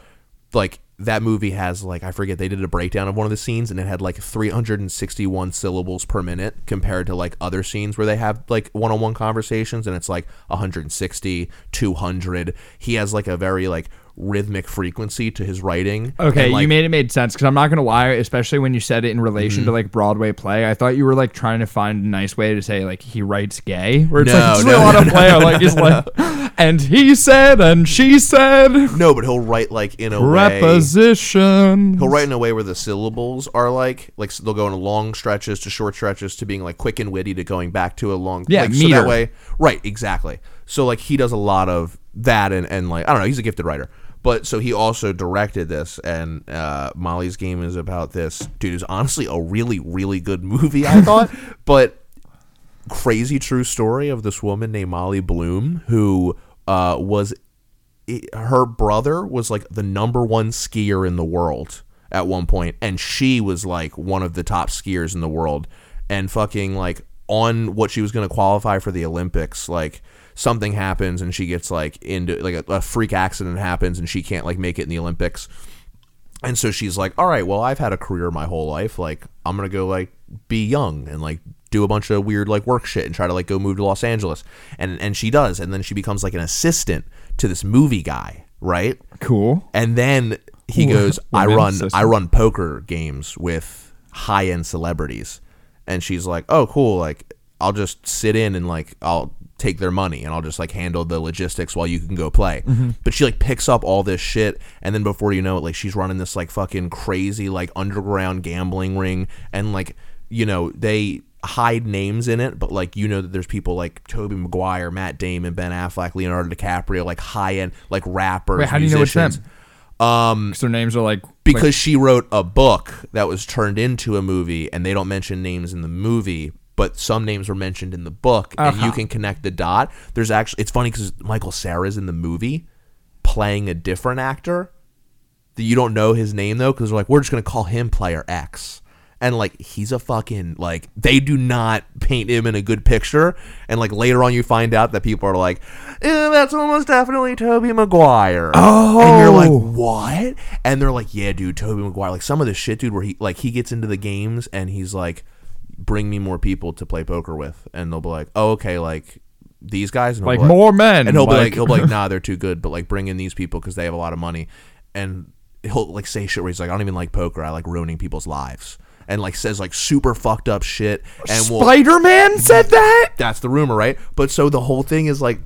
S2: like that movie has like I forget they did a breakdown of one of the scenes and it had like 361 syllables per minute compared to like other scenes where they have like one-on-one conversations and it's like 160 200 he has like a very like rhythmic frequency to his writing
S3: Okay,
S2: And, like,
S3: you made it made sense because I'm not gonna lie, especially when you said it in relation
S2: Mm-hmm.
S3: to like Broadway play. I thought you were like trying to find a nice way to say like he writes gay, where it's
S2: No,
S3: like
S2: no,
S3: no, a lot of player like he's like, and he said and she said
S2: no but he'll write like in a way
S3: preposition.
S2: He'll write in a way where the syllables are like, like so they'll go in long stretches to short stretches to being like quick and witty to going back to a long,
S3: Yeah,
S2: like, So that
S3: meter.
S2: way, right? Exactly. So like he does a lot of that and and like I don't know, he's a gifted writer. But so he also directed this, and uh, Molly's Game is about this dude. It's honestly a really, really good movie, I thought. but crazy true story of this woman named Molly Bloom who uh, was it- her brother was like the number one skier in the world at one point, and she was like one of the top skiers in the world, and fucking like on what she was going to qualify for the Olympics, like something happens and she gets like into like a, a freak accident happens and she can't like make it in the Olympics. And so she's like, "All right, well, I've had a career my whole life. Like, I'm gonna go like be young and like do a bunch of weird like work shit and try to like go move to Los Angeles." And and she does, and then she becomes like an assistant to this movie guy, right?
S3: Cool.
S2: And then he goes, "I
S3: Women
S2: run,
S3: assistant.
S2: I run poker games with high end celebrities," and she's like, "Oh, cool. Like, I'll just sit in and like I'll take their money and I'll just like handle the logistics while you can go play."
S3: Mm-hmm.
S2: But she like picks up all this shit, and then before you know it, like she's running this like fucking crazy like underground gambling ring, and like you know they hide names in it, but like you know that there's people like Toby Maguire, Matt Damon, Ben Affleck, Leonardo DiCaprio, like high end like rappers.
S3: Wait, how do you know it's
S2: musicians.
S3: them? Um, their names are like
S2: Because she wrote a book that was turned into a movie, and they don't mention names in the movie, but some names were mentioned in the book, and you can connect the dot. There's actually it's funny because Michael Sarah's in the movie playing a different actor that you don't know his name though because they're like we're just gonna call him player X and like he's a fucking like they do not paint him in a good picture and like later on you find out that people are like eh, that's almost definitely Toby Maguire oh and you're like what and they're like yeah dude Toby Maguire like some of this shit dude where he like he gets into the games and he's like bring me more people to play poker with and they'll be like oh okay like these guys and he'll
S3: Like,
S2: be
S3: "More men,"
S2: and he'll be
S3: like-
S2: like he'll be like nah they're too good but like bring in these people because they have a lot of money and he'll like say shit where he's like i don't even like poker i like ruining people's lives and like says like super fucked up shit and will
S3: Spider Man said that.
S2: that's the rumor, right? But so the whole thing is like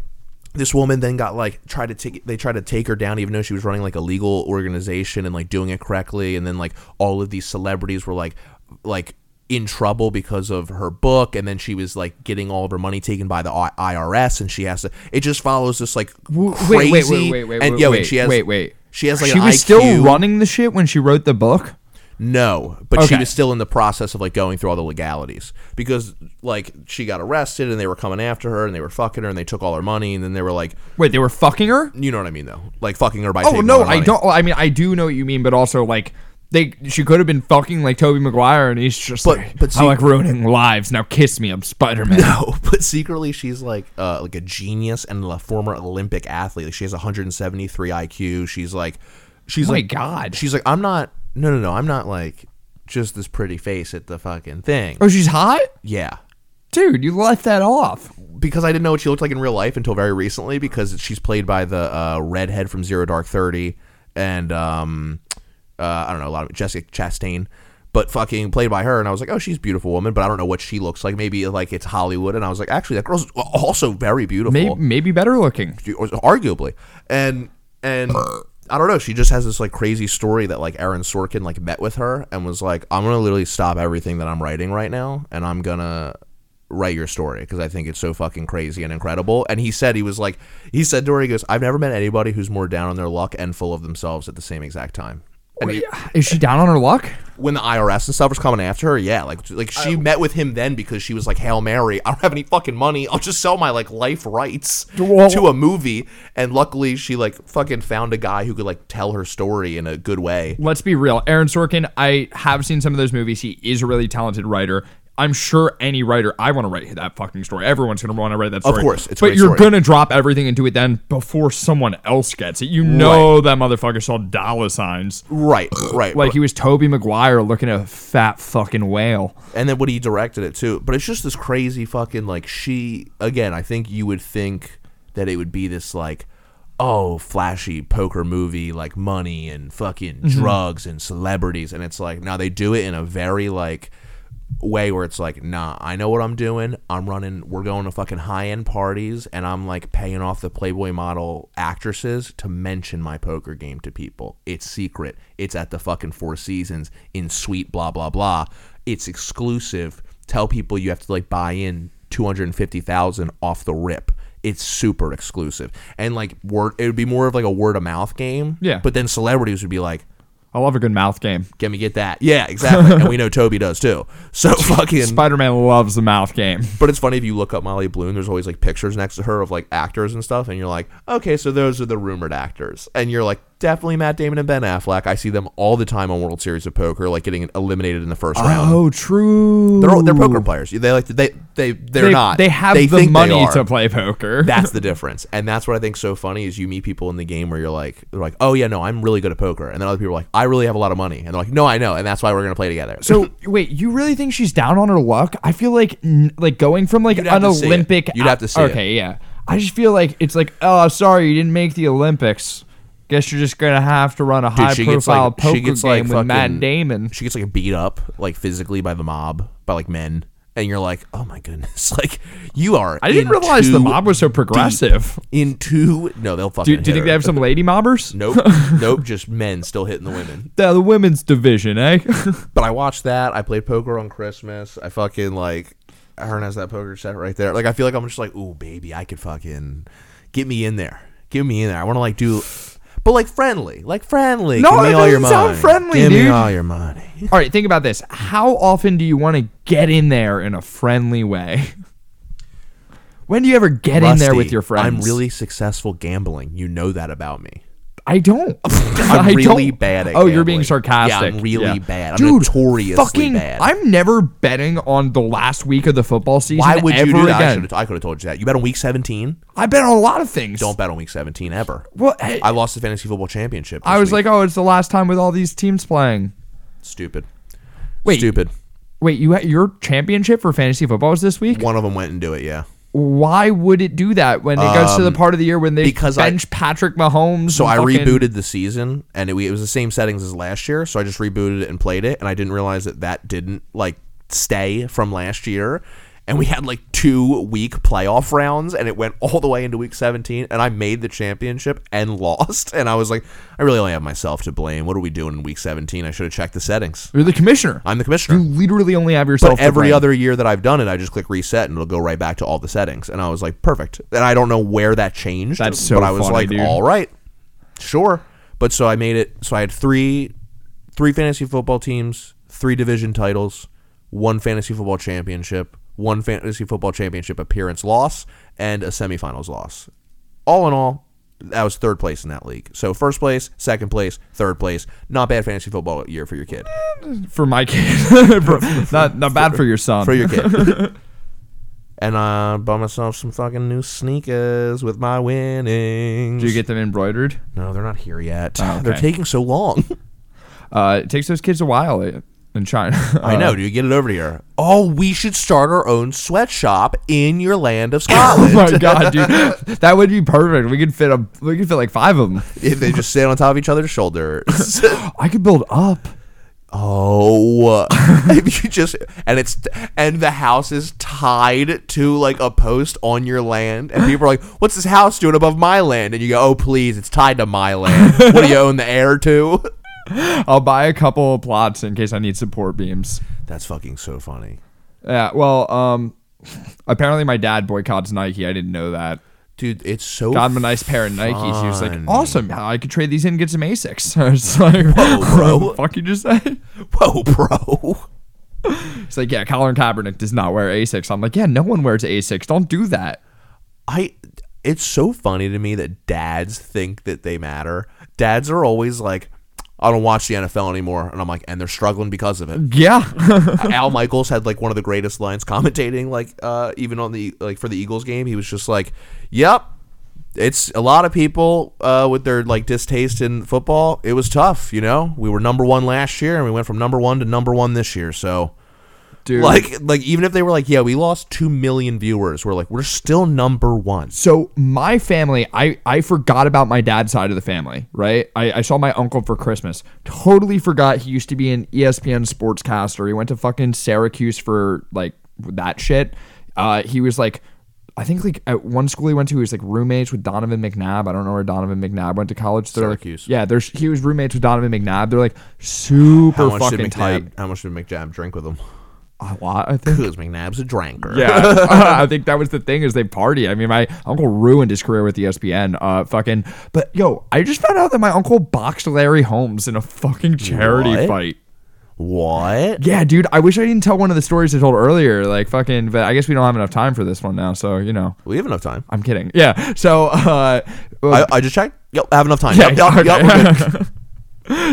S2: this woman then got like tried to take they tried to take her down even though she was running like a legal organization and like doing it correctly and then like all of these celebrities were like like in trouble because of her book and then she was like getting all of her money taken by the I- IRS and she has to it just follows this like
S3: W-
S2: crazy
S3: Wait, wait, wait, wait, wait,
S2: and
S3: wait,
S2: yeah,
S3: wait,
S2: and she has
S3: wait, wait.
S2: she has like
S3: she
S2: an
S3: was
S2: IQ.
S3: still running the shit when she wrote the book.
S2: No, but she
S3: Okay.
S2: was still in the process of like going through all the legalities because like she got arrested and they were coming after her and they were fucking her and they took all her money and then they were like,
S3: Wait, they were fucking her.
S2: you know what I mean though, like fucking her by.
S3: Oh
S2: taking
S3: no,
S2: all her
S3: I
S2: money.
S3: don't. I mean, I do know what you mean, but also like they, she could have been fucking like Toby Maguire, and he's just
S2: But-
S3: like,
S2: but
S3: I
S2: see-
S3: like ruining lives. Now kiss me, I'm Spider Man.
S2: No, but secretly she's like uh, like a genius and a former Olympic athlete. Like she has 173 IQ. She's like, she's
S3: Oh My
S2: like
S3: God.
S2: She's like, I'm not. No, no, no. I'm not like just this pretty face at the fucking thing.
S3: Oh, she's hot,
S2: Yeah.
S3: dude. You left that off.
S2: because I didn't know what she looked like in real life until very recently because she's played by the uh, redhead from Zero Dark Thirty and um, uh, I don't know a lot of Jessica Chastain, but fucking played by her and I was like, oh, she's a beautiful woman, but I don't know what she looks like. Maybe like it's Hollywood, and I was like, actually, that girl's also very beautiful
S3: Maybe, maybe better looking.
S2: arguably and and i don't know she just has this like crazy story that like aaron sorkin like met with her and was like i'm gonna literally stop everything that i'm writing right now and i'm gonna write your story because i think it's so fucking crazy and incredible and he said he was like he said to her he goes i've never met anybody who's more down on their luck and full of themselves at the same exact time and he-
S3: Is she down on her luck?
S2: when the IRS and stuff was coming after her, yeah, like like she met with him then because she was like, "Hail Mary, I don't have any fucking money. I'll just sell my like life rights
S3: Well-
S2: to a movie." And luckily, she like fucking found a guy who could like tell her story in a good way.
S3: Let's be real. Aaron Sorkin, I have seen some of those movies. He is a really talented writer. I'm sure any writer, I want to write that fucking story. Everyone's going to want to write that story.
S2: course, it's a
S3: but
S2: great
S3: you're
S2: story.
S3: going to drop everything into it then before someone else gets it. You know that motherfucker saw dollar signs.
S2: Right, right.
S3: Like he was Toby Maguire looking at a fat fucking whale.
S2: and then what he directed it too. But it's just this crazy fucking like she again. I think you would think that it would be this like oh flashy poker movie like money and fucking drugs and celebrities, and it's like now they do it in a very like way where it's like nah i know what i'm doing i'm running we're going to fucking high-end parties and i'm like paying off the playboy model actresses to mention my poker game to people it's secret it's at the fucking four seasons in suite blah blah blah it's exclusive tell people you have to like buy in 250000 off the rip it's super exclusive and like word it would be more of like a word of mouth game
S3: Yeah.
S2: but then celebrities would be like
S3: I love a good mouth game.
S2: get me get that yeah exactly and we know toby does too so fucking
S3: Spider Man loves the mouth game.
S2: but it's funny if you look up Molly Bloom, there's always like pictures next to her of like actors and stuff, and you're like, okay, so those are the rumored actors. And you're like, definitely Matt Damon and Ben Affleck. I see them all the time on World Series of Poker, like getting eliminated in the first round.
S3: Oh, true.
S2: They're all- they're poker players. They like to- they they they're
S3: They-
S2: not.
S3: They have the
S2: think they
S3: money
S2: are.
S3: to play poker.
S2: That's the difference, and that's what I think so funny is you meet people in the game where you're like, they're like, oh yeah, no, I'm really good at poker, and then other people are like, I really have a lot of money, and they're like, no, I know, and that's why we're gonna play together.
S3: So wait, you really think she's down on her luck? I feel like n- like going from like
S2: You'd have
S3: an
S2: to see it.
S3: Olympic.
S2: You'd have to see it.
S3: Okay, yeah. I just feel like it's like oh sorry you didn't make the Olympics. Guess you're just gonna have to run a high
S2: she gets,
S3: profile
S2: like- she
S3: poker
S2: gets,
S3: game
S2: like,
S3: with
S2: fucking-
S3: Matt Damon.
S2: she gets like beat up like physically by the mob by like men and you're like oh my goodness like you are
S3: I didn't
S2: in
S3: realize the
S2: too
S3: mob was so progressive.
S2: deep into no they'll fucking
S3: Do, do you think they have some lady mobbers?
S2: nope nope just men still hitting the women
S3: The, the women's division, eh?
S2: but i watched that i played poker on christmas i fucking like Aaron has that poker set right there like i feel like i'm just like ooh baby i could fucking get me in there get me in there i want to like do But like friendly, like friendly.
S3: No,
S2: give me
S3: that
S2: all your
S3: doesn't sound
S2: money.
S3: friendly,
S2: Give me
S3: dude.
S2: all your money.
S3: All right, think about this. How often do you want to get in there in a friendly way? When do you ever get in there
S2: Rusty,
S3: with your friends?
S2: I'm really successful gambling. You know that about me.
S3: I don't.
S2: I'm
S3: I
S2: really
S3: don't.
S2: bad at
S3: Oh, you're being
S2: gambling.
S3: sarcastic.
S2: Yeah, I'm really bad. I'm
S3: Dude,
S2: notoriously
S3: fucking,
S2: bad.
S3: I'm never betting on the last week of the football season.
S2: Why would you
S3: ever
S2: do that? I,
S3: Again.
S2: should've- I could have told you that. You bet on week 17.
S3: I bet on a lot of things.
S2: Don't bet on week 17 ever.
S3: Well, I,
S2: I lost the fantasy football championship.
S3: I was like, oh, it's the last time with all these teams playing.
S2: stupid.
S3: Wait.
S2: stupid.
S3: Wait, you had your championship for fantasy football was this week?
S2: One of them went and do it. Yeah.
S3: Why would it do that when it goes to the part of the year when they
S2: Um, because I-
S3: bench Patrick Mahomes?
S2: So I
S3: and fucking-
S2: rebooted the season, and it, we- it was the same settings as last year. So I just rebooted it and played it, and I didn't realize that that didn't like stay from last year. And we had like two week playoff rounds, and it went all the way into week 17. And I made the championship and lost. And I was like, I really only have myself to blame. What are we doing in week 17? I should have checked the settings.
S3: You're the commissioner.
S2: I'm the
S3: you
S2: commissioner.
S3: literally only have yourself.
S2: But
S3: to
S2: every
S3: blame.
S2: other year that I've done it, I just click reset and it'll go right back to all the settings. And I was like, perfect. And I don't know where that changed.
S3: That's so
S2: But I was
S3: funny,
S2: like,
S3: dude.
S2: all right, sure. But so I made it. So I had three, three fantasy football teams, three division titles, one fantasy football championship, one fantasy football championship appearance loss, and a semifinals loss. All in all. I was third place in that league. So first place, second place, third place. Not bad fantasy football year for your kid.
S3: for my kid, For- not not bad for your son.
S2: for your kid. and I bought myself some fucking new sneakers with my winnings.
S3: Do you get them embroidered?
S2: no, they're not here yet.
S3: Oh,
S2: They're
S3: okay.
S2: taking so long.
S3: Uh, it takes those kids a while i- in China. Uh,
S2: I know. Do you get it over here? Uh, Oh, we should start our own sweatshop in your land of Scotland.
S3: oh my god, dude, that would be perfect. We could fit a we could fit like five of them.
S2: if they just stand on top of each other's shoulders.
S3: I could build up.
S2: oh, if you just and it's and the house is tied to like a post on your land, and people are like, "What's this house doing above my land?" And you go, "Oh, please, it's tied to my land. What do you own the air to?"
S3: I'll buy a couple of plots in case I need support beams.
S2: That's fucking so funny.
S3: Yeah. Well, um, apparently my dad boycotts Nike. I didn't know that.
S2: Dude, it's so
S3: Got him a nice pair of Nikes. He was like,
S2: Fun.
S3: "Awesome! I could trade these in and get some Asics." I was like,
S2: bro.
S3: "What the fuck you just say?" "Oh,
S2: whoa, bro.
S3: It's like, yeah, Colin Kaepernick does not wear Asics. I'm like, yeah, no one wears Asics. Don't do that.
S2: I it's so funny to me that dads think that they matter. Dads are always like, I don't watch the NFL anymore, and I'm like, and they're struggling because of it.
S3: Yeah.
S2: Al Michaels had like one of the greatest lines commentating, like uh, even on the like for the Eagles game, he was just like, "Yep, it's a lot of people uh, with their like distaste in football. It was tough, you know. We were number one last year, and we went from number one to number one this year. So
S3: Dude.
S2: like like even if they were like yeah we lost 2 million viewers we're like we're still number one
S3: so my family, I, I forgot about my dad's side of the family, right? I, I saw my uncle for Christmas. Totally forgot he used to be an E ESPN sportscaster. He went to fucking Syracuse for like that shit. Uh, he was like, I think like at one school he went to, he was like roommates with Donovan McNabb. I don't know where Donovan McNabb went to college. They're
S2: Syracuse.
S3: Like, yeah, there's he was roommates with Donovan McNabb. They're like super
S2: how much, did
S3: fucking tight.
S2: McNabb, how much did McNabb drink with them
S3: A lot, I think.
S2: because McNabb's a drinker
S3: Yeah, I think that was the thing is they party. I mean, my uncle ruined his career with ESPN. Uh, fucking. But yo, I just found out that my uncle boxed Larry Holmes in a fucking charity
S2: What?
S3: fight.
S2: what
S3: Yeah, dude. I wish I didn't tell one of the stories I told earlier. Like fucking. But I guess we don't have enough time for this one now. So you know,
S2: we have enough time
S3: I'm kidding. Yeah. So. Uh,
S2: I, I just checked yep I have enough time
S3: Yeah,
S2: yep, yep, yep,
S3: okay.
S2: we're good.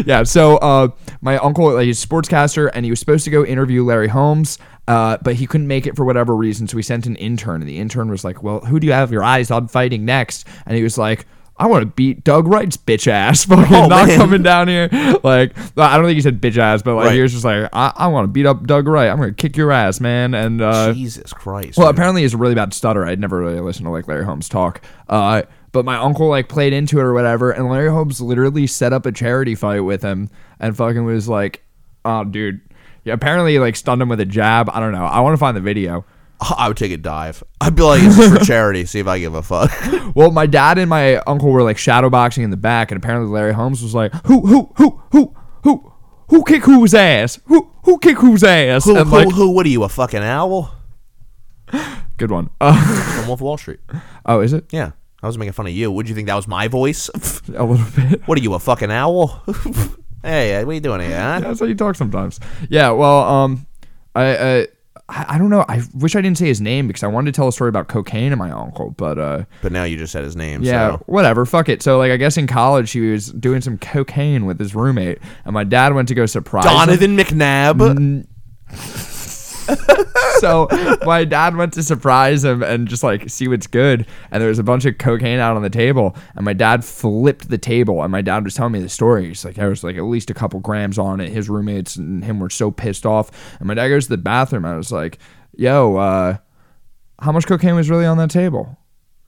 S3: yeah. So uh, my uncle, like, he's a sportscaster, and he was supposed to go interview Larry Holmes, uh, but he couldn't make it for whatever reason. So he sent an intern, and the intern was like, "Well, who do you have your eyes on fighting next?" And he was like. I want to beat Doug Wright's bitch ass. Fucking
S2: Oh,
S3: not
S2: man.
S3: coming down here. Like I don't think he said bitch ass, but like
S2: Right.
S3: he was just like, I, I want to beat up Doug Wright. I'm gonna kick your ass, man. And uh,
S2: jesus christ
S3: well,
S2: dude.
S3: apparently he's a really bad stutter. I'd never really listened to like Larry Holmes talk. Uh, but my uncle like played into it or whatever, and Larry Holmes literally set up a charity fight with him and fucking was like, "Oh, dude." Yeah, apparently he, like stunned him with a jab. I don't know. I want to find the video.
S2: Oh, i would take a dive i'd be like it's just for charity see if i give a fuck
S3: Well, my dad and my uncle were like shadowboxing in the back, and apparently Larry Holmes was like, "Who, who, who, who, who, who kick whose ass? Who, who kick whose ass?"
S2: who,
S3: and
S2: who,
S3: like,
S2: who what are you a fucking owl
S3: good one. Uh,
S2: from wolf of wall street
S3: oh, is it?
S2: yeah I was making fun of you. Would you think that was my voice?
S3: a little bit.
S2: what are you, a fucking owl? hey, what are you doing here? Huh?
S3: That's how you talk sometimes. Yeah. Well, um, I, uh, I I don't know. I wish I didn't say his name because I wanted to tell a story about cocaine and my uncle, but uh,
S2: But now you just said his name.
S3: yeah,
S2: So.
S3: whatever. Fuck it. So like, I guess in college he was doing some cocaine with his roommate, and my dad went to go surprise him.
S2: Donovan McNabb.
S3: so my dad went to surprise him and just like see what's good and there was a bunch of cocaine out on the table and my dad flipped the table and my dad was telling me the story he's like there was like at least a couple grams on it his roommates and him were so pissed off and my dad goes to the bathroom and i was like yo uh how much cocaine was really on that table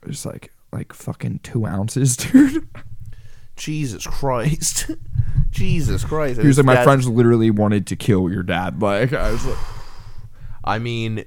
S3: it's like like fucking two ounces dude
S2: Jesus Christ. Jesus Christ.
S3: he was like my
S2: That's-
S3: friends literally wanted to kill your dad like i was like
S2: I mean,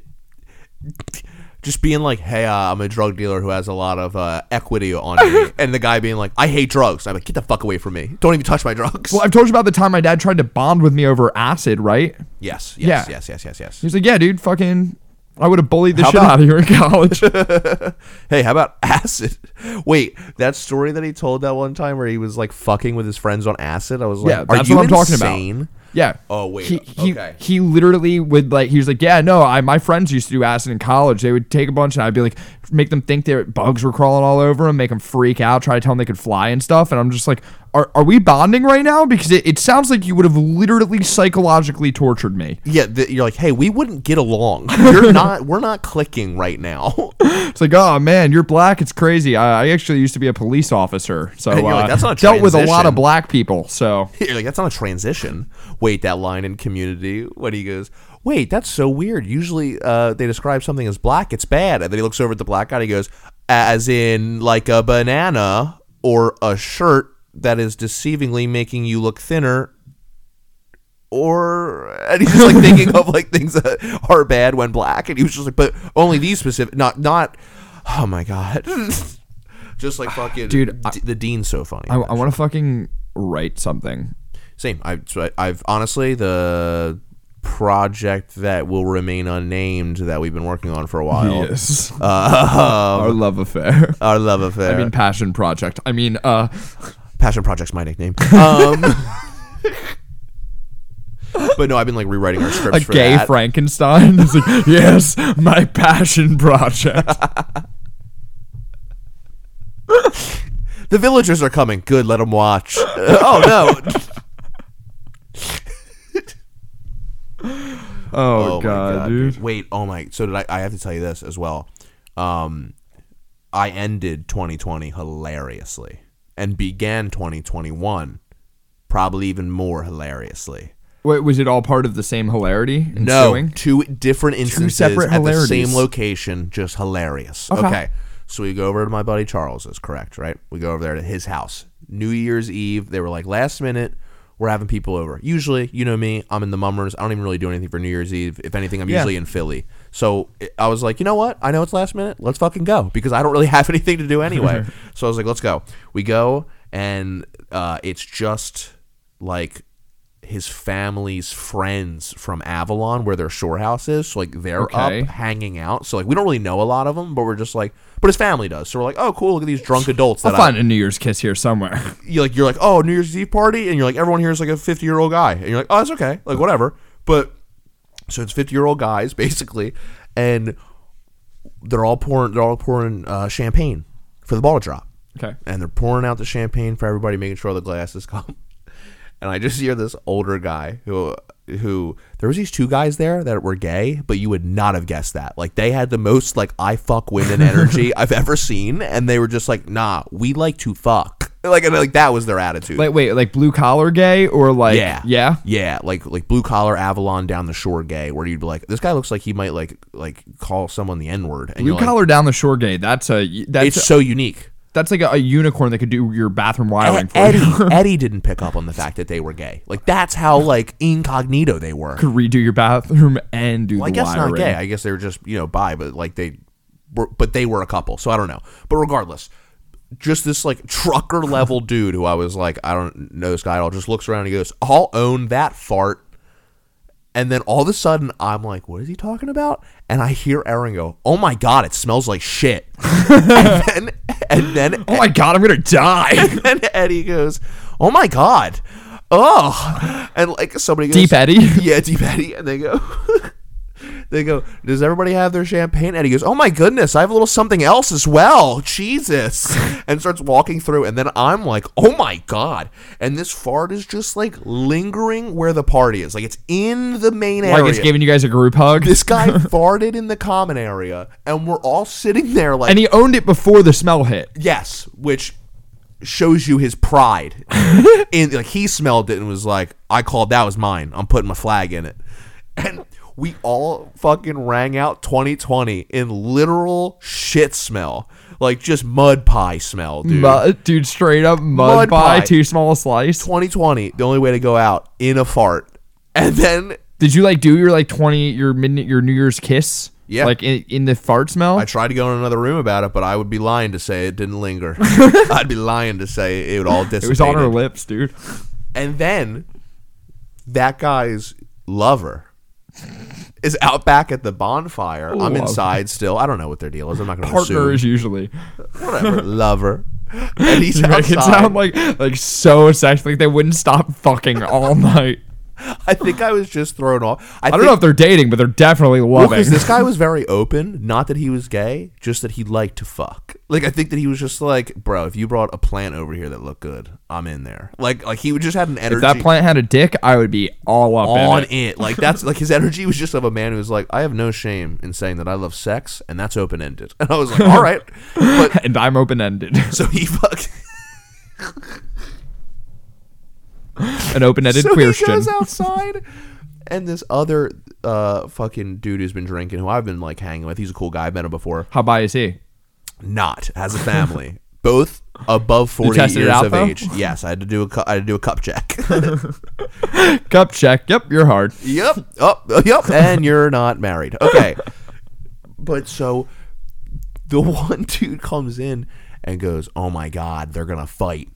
S2: just being like, "Hey, uh, I'm a drug dealer who has a lot of uh, equity on me," and the guy being like, "I hate drugs." I'm like, "Get the fuck away from me! Don't even touch my drugs."
S3: well i've told you about the time my dad tried to bond with me over acid right
S2: yes, yes,
S3: Yeah.
S2: yes, yes, yes, yes.
S3: He's like, yeah, dude, fucking, I would have bullied the
S2: How
S3: shit
S2: about-
S3: out of you in college.
S2: Hey, how about acid? Wait, that story that he told that one time where he was like fucking with his friends on acid. I was like,
S3: Yeah,
S2: "Are
S3: that's
S2: you
S3: what I'm talking about.
S2: insane?"
S3: yeah.
S2: Oh, wait,
S3: He, he,
S2: okay.
S3: He literally would like. He was like, yeah, no, I my friends used to do acid in college. They would take a bunch, and I'd be like, make them think their bugs were crawling all over them, make them freak out, try to tell them they could fly and stuff. And I'm just like, are are we bonding right now? Because it, it sounds like you would have literally psychologically tortured me.
S2: Yeah, th- you're like, "Hey, we wouldn't get along. You're not. We're not clicking right now."
S3: It's like, oh man, you're black. It's crazy. I, I actually used to be a police officer, so
S2: And you're like,
S3: uh,
S2: that's not a
S3: dealt with a lot
S2: transition.
S3: of black people. So
S2: You're like, that's not a transition. Wait, that line in Community when he goes, wait, that's so weird. Usually uh, they describe something as black, it's bad. And then he looks over at the black guy and he goes, as in like a banana or a shirt that is deceivingly making you look thinner. Or and he's just like thinking of like things that are bad when black, and he was just like, but only these specific, not not. Oh my god, just like fucking
S3: Dude, I-
S2: D- the dean's so funny.
S3: I, I want to fucking write something.
S2: Same. I, so I, I've honestly the project that will remain unnamed that we've been working on for a while.
S3: Yes.
S2: Uh,
S3: Our love affair.
S2: our love affair.
S3: I mean, passion project. I mean, uh,
S2: passion project's my nickname. Um, but no, I've been like rewriting our scripts
S3: a
S2: for
S3: gay
S2: that.
S3: Frankenstein. It's like, yes, my passion project.
S2: The villagers are coming. Good, let them watch. oh no.
S3: Oh, god, dude.
S2: Wait, oh my. So did I? I have to tell you this as well. Um, I ended 2020 hilariously and began 2021 probably even more hilariously.
S3: Wait, was it all part of the same hilarity? ensuing?
S2: two different instances
S3: separate
S2: at the same
S3: hilarities.
S2: location, just hilarious. Okay.
S3: Okay.
S2: So we go over to my buddy Charles's, correct, right? We go over there to his house. New Year's Eve, they were like last minute. We're having people over. Usually, you know me, I'm in the mummers. I don't even really do anything for New Year's Eve. If anything, I'm
S3: Yeah.
S2: usually in Philly. So I- I was like, you know what? I know it's last minute. Let's fucking go because I don't really have anything to do anyway. so I was like, let's go. We go, and uh, it's just like his family's friends from Avalon, where their shore house is. So like they're
S3: Okay.
S2: up hanging out. So like we don't really know a lot of them, but we're just like, but his family does. So we're like, oh cool, look at these drunk adults that
S3: I'll
S2: I-
S3: find a New Year's kiss here somewhere.
S2: you like you're like oh New Year's Eve party, and you're like everyone here is like a fifty year old guy, and you're like oh that's okay, like whatever. But so it's fifty year old guys basically, and they're all pouring they're all pouring uh, champagne for the ball to drop
S3: okay.
S2: and they're pouring out the champagne for everybody, making sure all the glasses come. And I just hear this older guy who who there was these two guys there that were gay, but you would not have guessed that. Like they had the most like I fuck women energy I've ever seen, and they were just like, nah, we like to fuck. Like and like that was their attitude.
S3: Like, wait, like blue collar gay or like,
S2: yeah,
S3: yeah.
S2: yeah, like like blue collar Avalon down the shore gay, where you'd be like, this guy looks like he might like like call someone the n word, and
S3: Blue
S2: you're like,
S3: collar down the shore gay. That's a that's
S2: it's so unique.
S3: that's like a, a unicorn that could do your bathroom wiring
S2: And
S3: for you.
S2: Eddie Eddie didn't pick up on the fact that they were gay. Like that's how like incognito they were.
S3: could redo your bathroom and do
S2: Well, I
S3: the
S2: guess
S3: wiring.
S2: not gay. I guess they were just you know bi, but like they were, but they were a couple. So I don't know. But regardless, just this like trucker level dude who I was like, I don't know this guy at all. Just looks around and he goes, I'll own that fart. And then all of a sudden, I'm like, what is he talking about? And I hear Aaron go, oh my God, it smells like shit. and then and then
S3: Oh my god, I'm gonna die.
S2: and Eddie goes, "Oh my god, oh!" And like somebody goes,
S3: Deep Eddie.
S2: yeah, deep Eddie," and they go, they go, "Does everybody have their champagne?" Eddie goes, "Oh my goodness, I have a little something else as well, Jesus!" And starts walking through, and then I'm like, "Oh my god!" And this fart is just like lingering where the party is, like it's in the main area.
S3: like it's giving you guys a group hug.
S2: this guy farted in the common area, and we're all sitting there like
S3: and he owned it before the smell hit.
S2: Yes, which shows you his pride. and like he smelled it and was like, "I called that was mine. I'm putting my flag in it." And we all fucking rang out 2020 in literal shit smell, like just mud pie smell, dude.
S3: Mud, dude, straight up mud,
S2: Mud
S3: pie,
S2: pie.
S3: too small a slice.
S2: 2020, the only way to go out in a fart, and then
S3: Did you like do your like twenty your midnight your New Year's kiss?
S2: Yeah.
S3: Like in, in the fart smell?
S2: I tried to go in another room about it, but I would be lying to say it didn't linger. I'd be lying to say it would all dissipate.
S3: it was on her lips, dude.
S2: And then that guy's lover is out back at the bonfire. I'm
S3: Love.
S2: inside still. I don't know what their deal is. I'm not going to
S3: Partner
S2: assume.
S3: is usually.
S2: Whatever. lover. And he's
S3: You make
S2: outside.
S3: it sound like like so sexy. Like they wouldn't stop fucking all night.
S2: I think I was just thrown off. I,
S3: I don't know if they're dating, but they're definitely loving.
S2: because this guy was very open. Not that he was gay, just that he liked to fuck. Like I think that he was just like, bro, if you brought a plant over here that looked good, I'm in there. Like like he would just had an energy.
S3: if that plant had a dick, I would be all up
S2: on
S3: on
S2: it. Like that's like his energy was just of a man who was like, I have no shame in saying that I love sex, and that's open ended. And I was like, all right, but
S3: And I'm open ended.
S2: so he fucking
S3: An open ended
S2: so
S3: queer
S2: he goes
S3: question.
S2: outside, and this other uh fucking dude who's been drinking, who I've been like hanging with. He's a cool guy. I've met him before.
S3: How bi is he?
S2: Not has a family. Both above forty years
S3: tested it out,
S2: of
S3: though?
S2: age. Yes, I had to do a cu- I had to do a cup check.
S3: Cup check. Yep, you're hard.
S2: yep. Oh, yep. And you're not married. Okay. But so the one dude comes in and goes, "Oh my god, they're going to fight."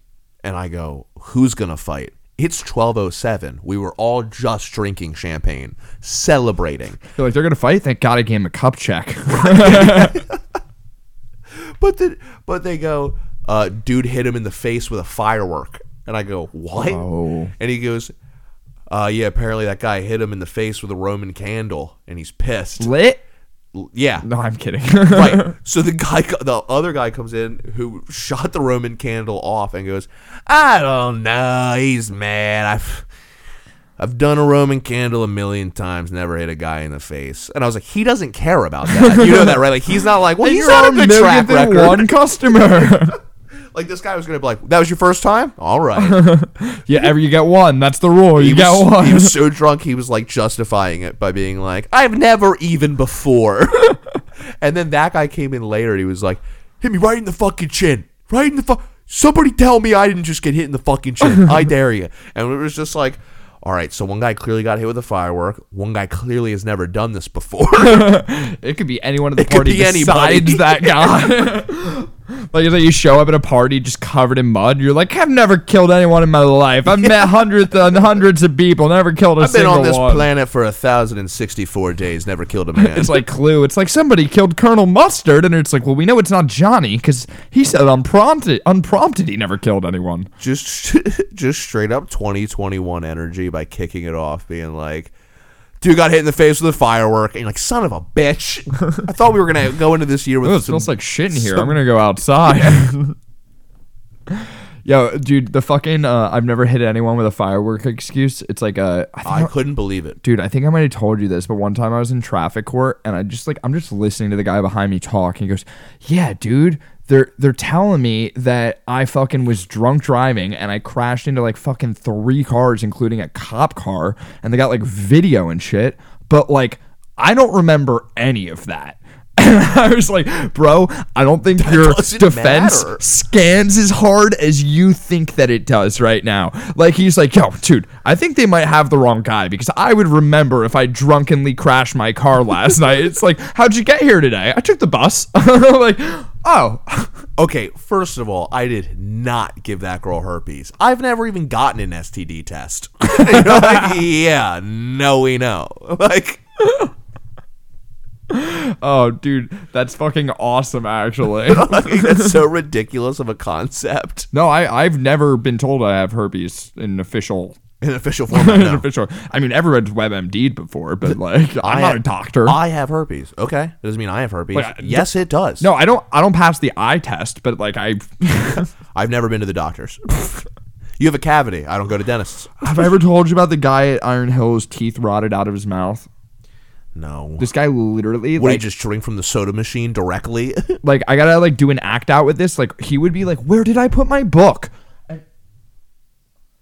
S2: And I go, "Who's going to fight?" It's 1207. We were all just drinking champagne, celebrating.
S3: They're like, they're gonna fight? Thank God I gave him a cup check.
S2: But the, but they go, uh, dude hit him in the face with a firework. And I go, what?
S3: Oh.
S2: And he goes, uh, yeah, apparently that guy hit him in the face with a Roman candle and he's pissed.
S3: Lit?
S2: L- yeah.
S3: No, I'm kidding.
S2: right. So the guy, co- the other guy comes in who shot the Roman candle off and goes, I don't know. He's mad. I've, I've done a Roman candle a million times, never hit a guy in the face. And I was like, he doesn't care about that. You know that, right? Like, he's not like, well, he's
S3: You're
S2: on a
S3: our
S2: good track
S3: millionth and
S2: record.
S3: one customer.
S2: Like, this guy was going to be like, that was your first time? All right.
S3: yeah, ever you get one. That's the rule. You
S2: He
S3: get
S2: was,
S3: one.
S2: he was so drunk, he was like justifying it by being like, I've never even before. and then that guy came in later and he was like, hit me right in the fucking chin. Right in the fuck. Somebody tell me I didn't just get hit in the fucking chin. I dare you. And it was just like, all right, so one guy clearly got hit with a firework. One guy clearly has never done this before.
S3: It could be anyone at the
S2: could
S3: party
S2: be
S3: besides
S2: anybody.
S3: that guy. like, it's like you show up at a party just covered in mud. You're like, I've never killed anyone in my life. I've met hundreds and hundreds of people, never killed a
S2: I've been
S3: single
S2: on this
S3: one.
S2: planet for 1,064 days, never killed a man.
S3: It's like Clue. It's like somebody killed Colonel Mustard, and it's like, well, we know it's not Johnny because he said unprompted, unprompted, he never killed anyone.
S2: just just straight up 2021 energy by kicking it off being like dude got hit in the face with a firework and you're like son of a bitch i thought we were gonna go into this year with
S3: Oh, it
S2: some
S3: smells like shit in here. I'm gonna go outside. Yo, dude, the fucking uh, I've never hit anyone with a firework excuse. It's like uh, I think
S2: i couldn't believe it
S3: Dude, I think I might have told you this, but one time I was in traffic court and I just like I'm just listening to the guy behind me talk and he goes, "Yeah, dude, they're they're telling me that I fucking was drunk driving and I crashed into like fucking three cars including a cop car and they got like video and shit, but like I don't remember any of that." And I was like, "Bro, I don't think your
S2: doesn't
S3: defense
S2: matter."
S3: scans as hard as you think that it does right now. Like he's like, yo, dude, I think they might have the wrong guy because I would remember if I drunkenly crashed my car last night. It's like, how'd you get here today? I took the bus. like, oh,
S2: okay first of all i did not give that girl herpes i've never even gotten an std test You know, like, yeah no we know like
S3: Oh, dude, that's fucking awesome, actually.
S2: That's so ridiculous of a concept.
S3: no, I, I've never been told I have herpes in official.
S2: In official format,
S3: in
S2: no.
S3: official. I mean, everyone's WebMD'd before, but like, I'm
S2: I ha-
S3: not a doctor.
S2: I have herpes. Okay, it doesn't mean I have herpes.
S3: Wait, I-
S2: yes, it does.
S3: no, I don't. I don't pass the eye test, but like, I
S2: I've never been to the doctors. you have a cavity. I don't go to dentists.
S3: have I ever told you about the guy at Iron Hill whose teeth rotted out of his mouth.
S2: No.
S3: This guy literally,
S2: what are you
S3: like,
S2: just drink from the soda machine directly?
S3: like I gotta like do an act out with this. Like he would be like, "Where did I put my book?" And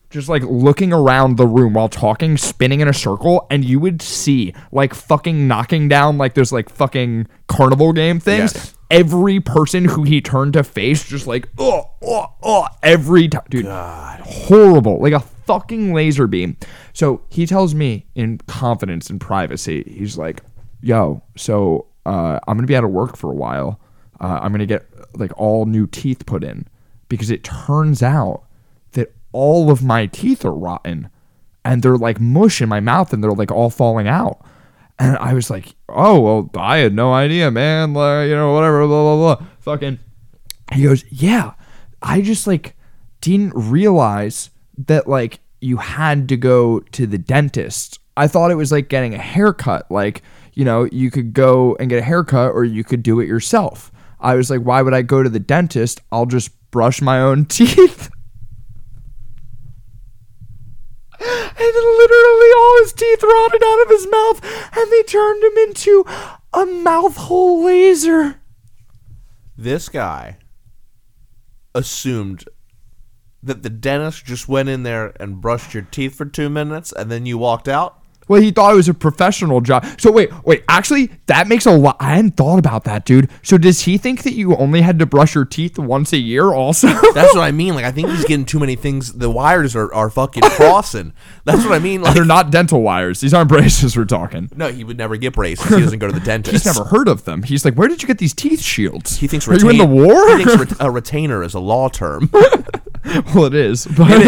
S3: Just like looking around the room while talking, spinning in a circle, and you would see like fucking knocking down like those like fucking carnival game things.
S2: Yes.
S3: Every person who he turned to face, just like oh oh oh, every time, dude, horrible, like a fucking laser beam. So he tells me in confidence and privacy, he's like, "Yo, so uh, I'm gonna be out of work for a while. Uh, I'm gonna get like all new teeth put in because it turns out that all of my teeth are rotten and they're like mush in my mouth and they're like all falling out." And I was like, "Oh well, I had no idea, man. Like, you know, whatever, blah blah blah." Fucking. He goes, "Yeah, I just like didn't realize that like you had to go to the dentist. I thought it was like getting a haircut. Like, you know, you could go and get a haircut or you could do it yourself. I was like, why would I go to the dentist? I'll just brush my own teeth. and literally all his teeth rotted out of his mouth and they turned him into a mouth hole laser.
S2: this guy assumed that the dentist just went in there and brushed your teeth for two minutes and then you walked out.
S3: Well, he thought it was a professional job. So wait, wait. Actually, that makes a lot. I hadn't thought about that, dude. So does he think that you only had to brush your teeth once a year? Also,
S2: That's what I mean. Like I think he's getting too many things. The wires are, are fucking crossing. That's what I mean. Like
S3: they're not dental wires. These aren't braces. We're talking.
S2: no, he would never get braces. He doesn't go to the dentist.
S3: He's never heard of them. He's like, where did you get these teeth shields?
S2: He thinks
S3: Are you in the
S2: retain-
S3: war?
S2: He thinks ret- a retainer is a law term.
S3: well, it is. But
S2: It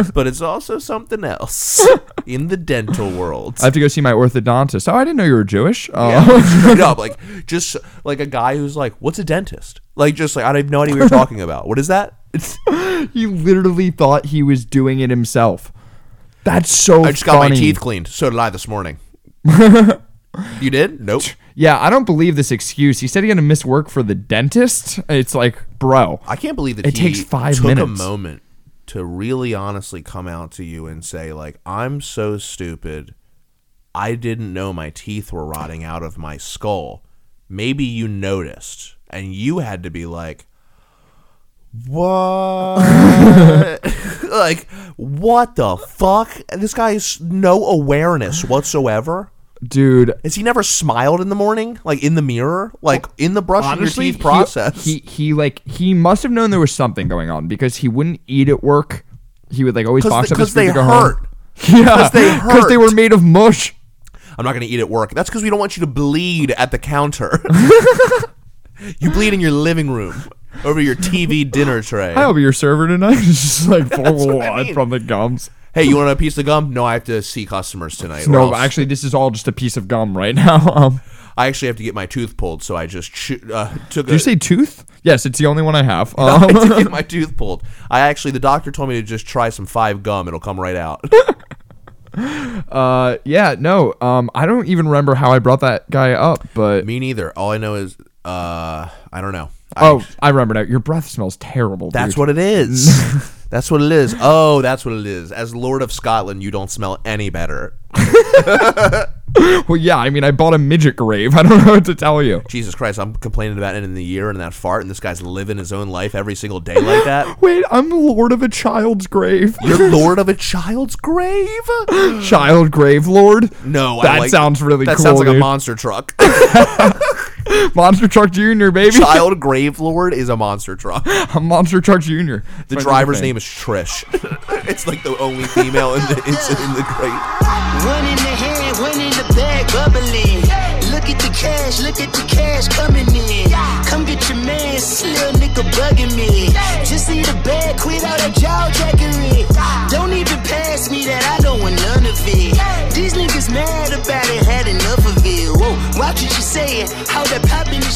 S2: is, but it's also something else in the dental world.
S3: I have to go see my orthodontist. Oh, I didn't know you were Jewish. Oh.
S2: Yeah, straight up, like just like a guy who's like, "What's a dentist?" Like, just like I have no idea what you're talking about. What is that? It's,
S3: he literally thought he was doing it himself. That's so.
S2: I just got my teeth cleaned. So did I this morning. you did? Nope.
S3: Yeah, I don't believe this excuse. He said he had to miss work for the dentist. It's like, bro.
S2: I can't believe that
S3: It
S2: he
S3: takes five
S2: took a
S3: minutes.
S2: moment to really honestly come out to you and say, like, I'm so stupid. I didn't know my teeth were rotting out of my skull. Maybe you noticed, and you had to be like, what? like, what the fuck? This guy has no awareness whatsoever.
S3: Dude,
S2: Has he never smiled in the morning, like in the mirror, like in the brushing
S3: honestly,
S2: your teeth process?
S3: He, he he like he must have known there was something going on because he wouldn't eat at work. He would like always box up his
S2: because
S3: food
S2: they
S3: to go
S2: hurt.
S3: home. Yeah, because
S2: they
S3: they
S2: hurt.
S3: were made of mush.
S2: I'm not going to eat at work. That's because we don't want you to bleed at the counter. you bleed in your living room over your TV dinner tray.
S3: I'll be your server tonight. It's just like
S2: what I
S3: blood
S2: mean.
S3: from the gums.
S2: Hey, you want a piece of gum? No, I have to see customers tonight. or
S3: No,
S2: else.
S3: actually, this is all just a piece of gum right now. Um,
S2: I actually have to get my tooth pulled, so I just chew, uh, took.
S3: did you say tooth? Yes, it's the only one I have.
S2: I had
S3: Um,
S2: to get my tooth pulled. I actually, the doctor told me to just try some five gum. It'll come right out.
S3: uh, yeah, no. Um, I don't even remember how I brought that guy up, but
S2: me neither. All I know is, uh, I don't know. I-
S3: oh, I remember now. Your breath smells terrible.
S2: That's
S3: dude.
S2: what it is. that's what it is. Oh, that's what it is. As Lord of Scotland, you don't smell any better.
S3: Well, yeah, I mean, I bought a midget grave. I don't know what to tell you.
S2: Jesus Christ, I'm complaining about it in the year and that fart, and this guy's living his own life every single day like that.
S3: Wait, I'm lord of a child's grave.
S2: You're lord of a child's grave?
S3: Child grave lord?
S2: No, I
S3: That
S2: like,
S3: sounds really
S2: that
S3: cool,
S2: sounds like a
S3: dude.
S2: monster truck.
S3: Monster Truck Jr., baby.
S2: Child grave lord is a monster truck. The
S3: I'm Monster Truck Jr. The
S2: driver's name is Trish. it's like the only female in the it's in the great.
S4: One in the hand, one in the bag, bubbling. Look at the cash, look at the cash coming in. Come get your man, this little nigga bugging me. Just see the bag, quit all that jaw jackery. Don't even pass me that, I don't want none of it. These niggas mad about it, had enough of it. Whoa, watch what you say, playing. How that poppin' is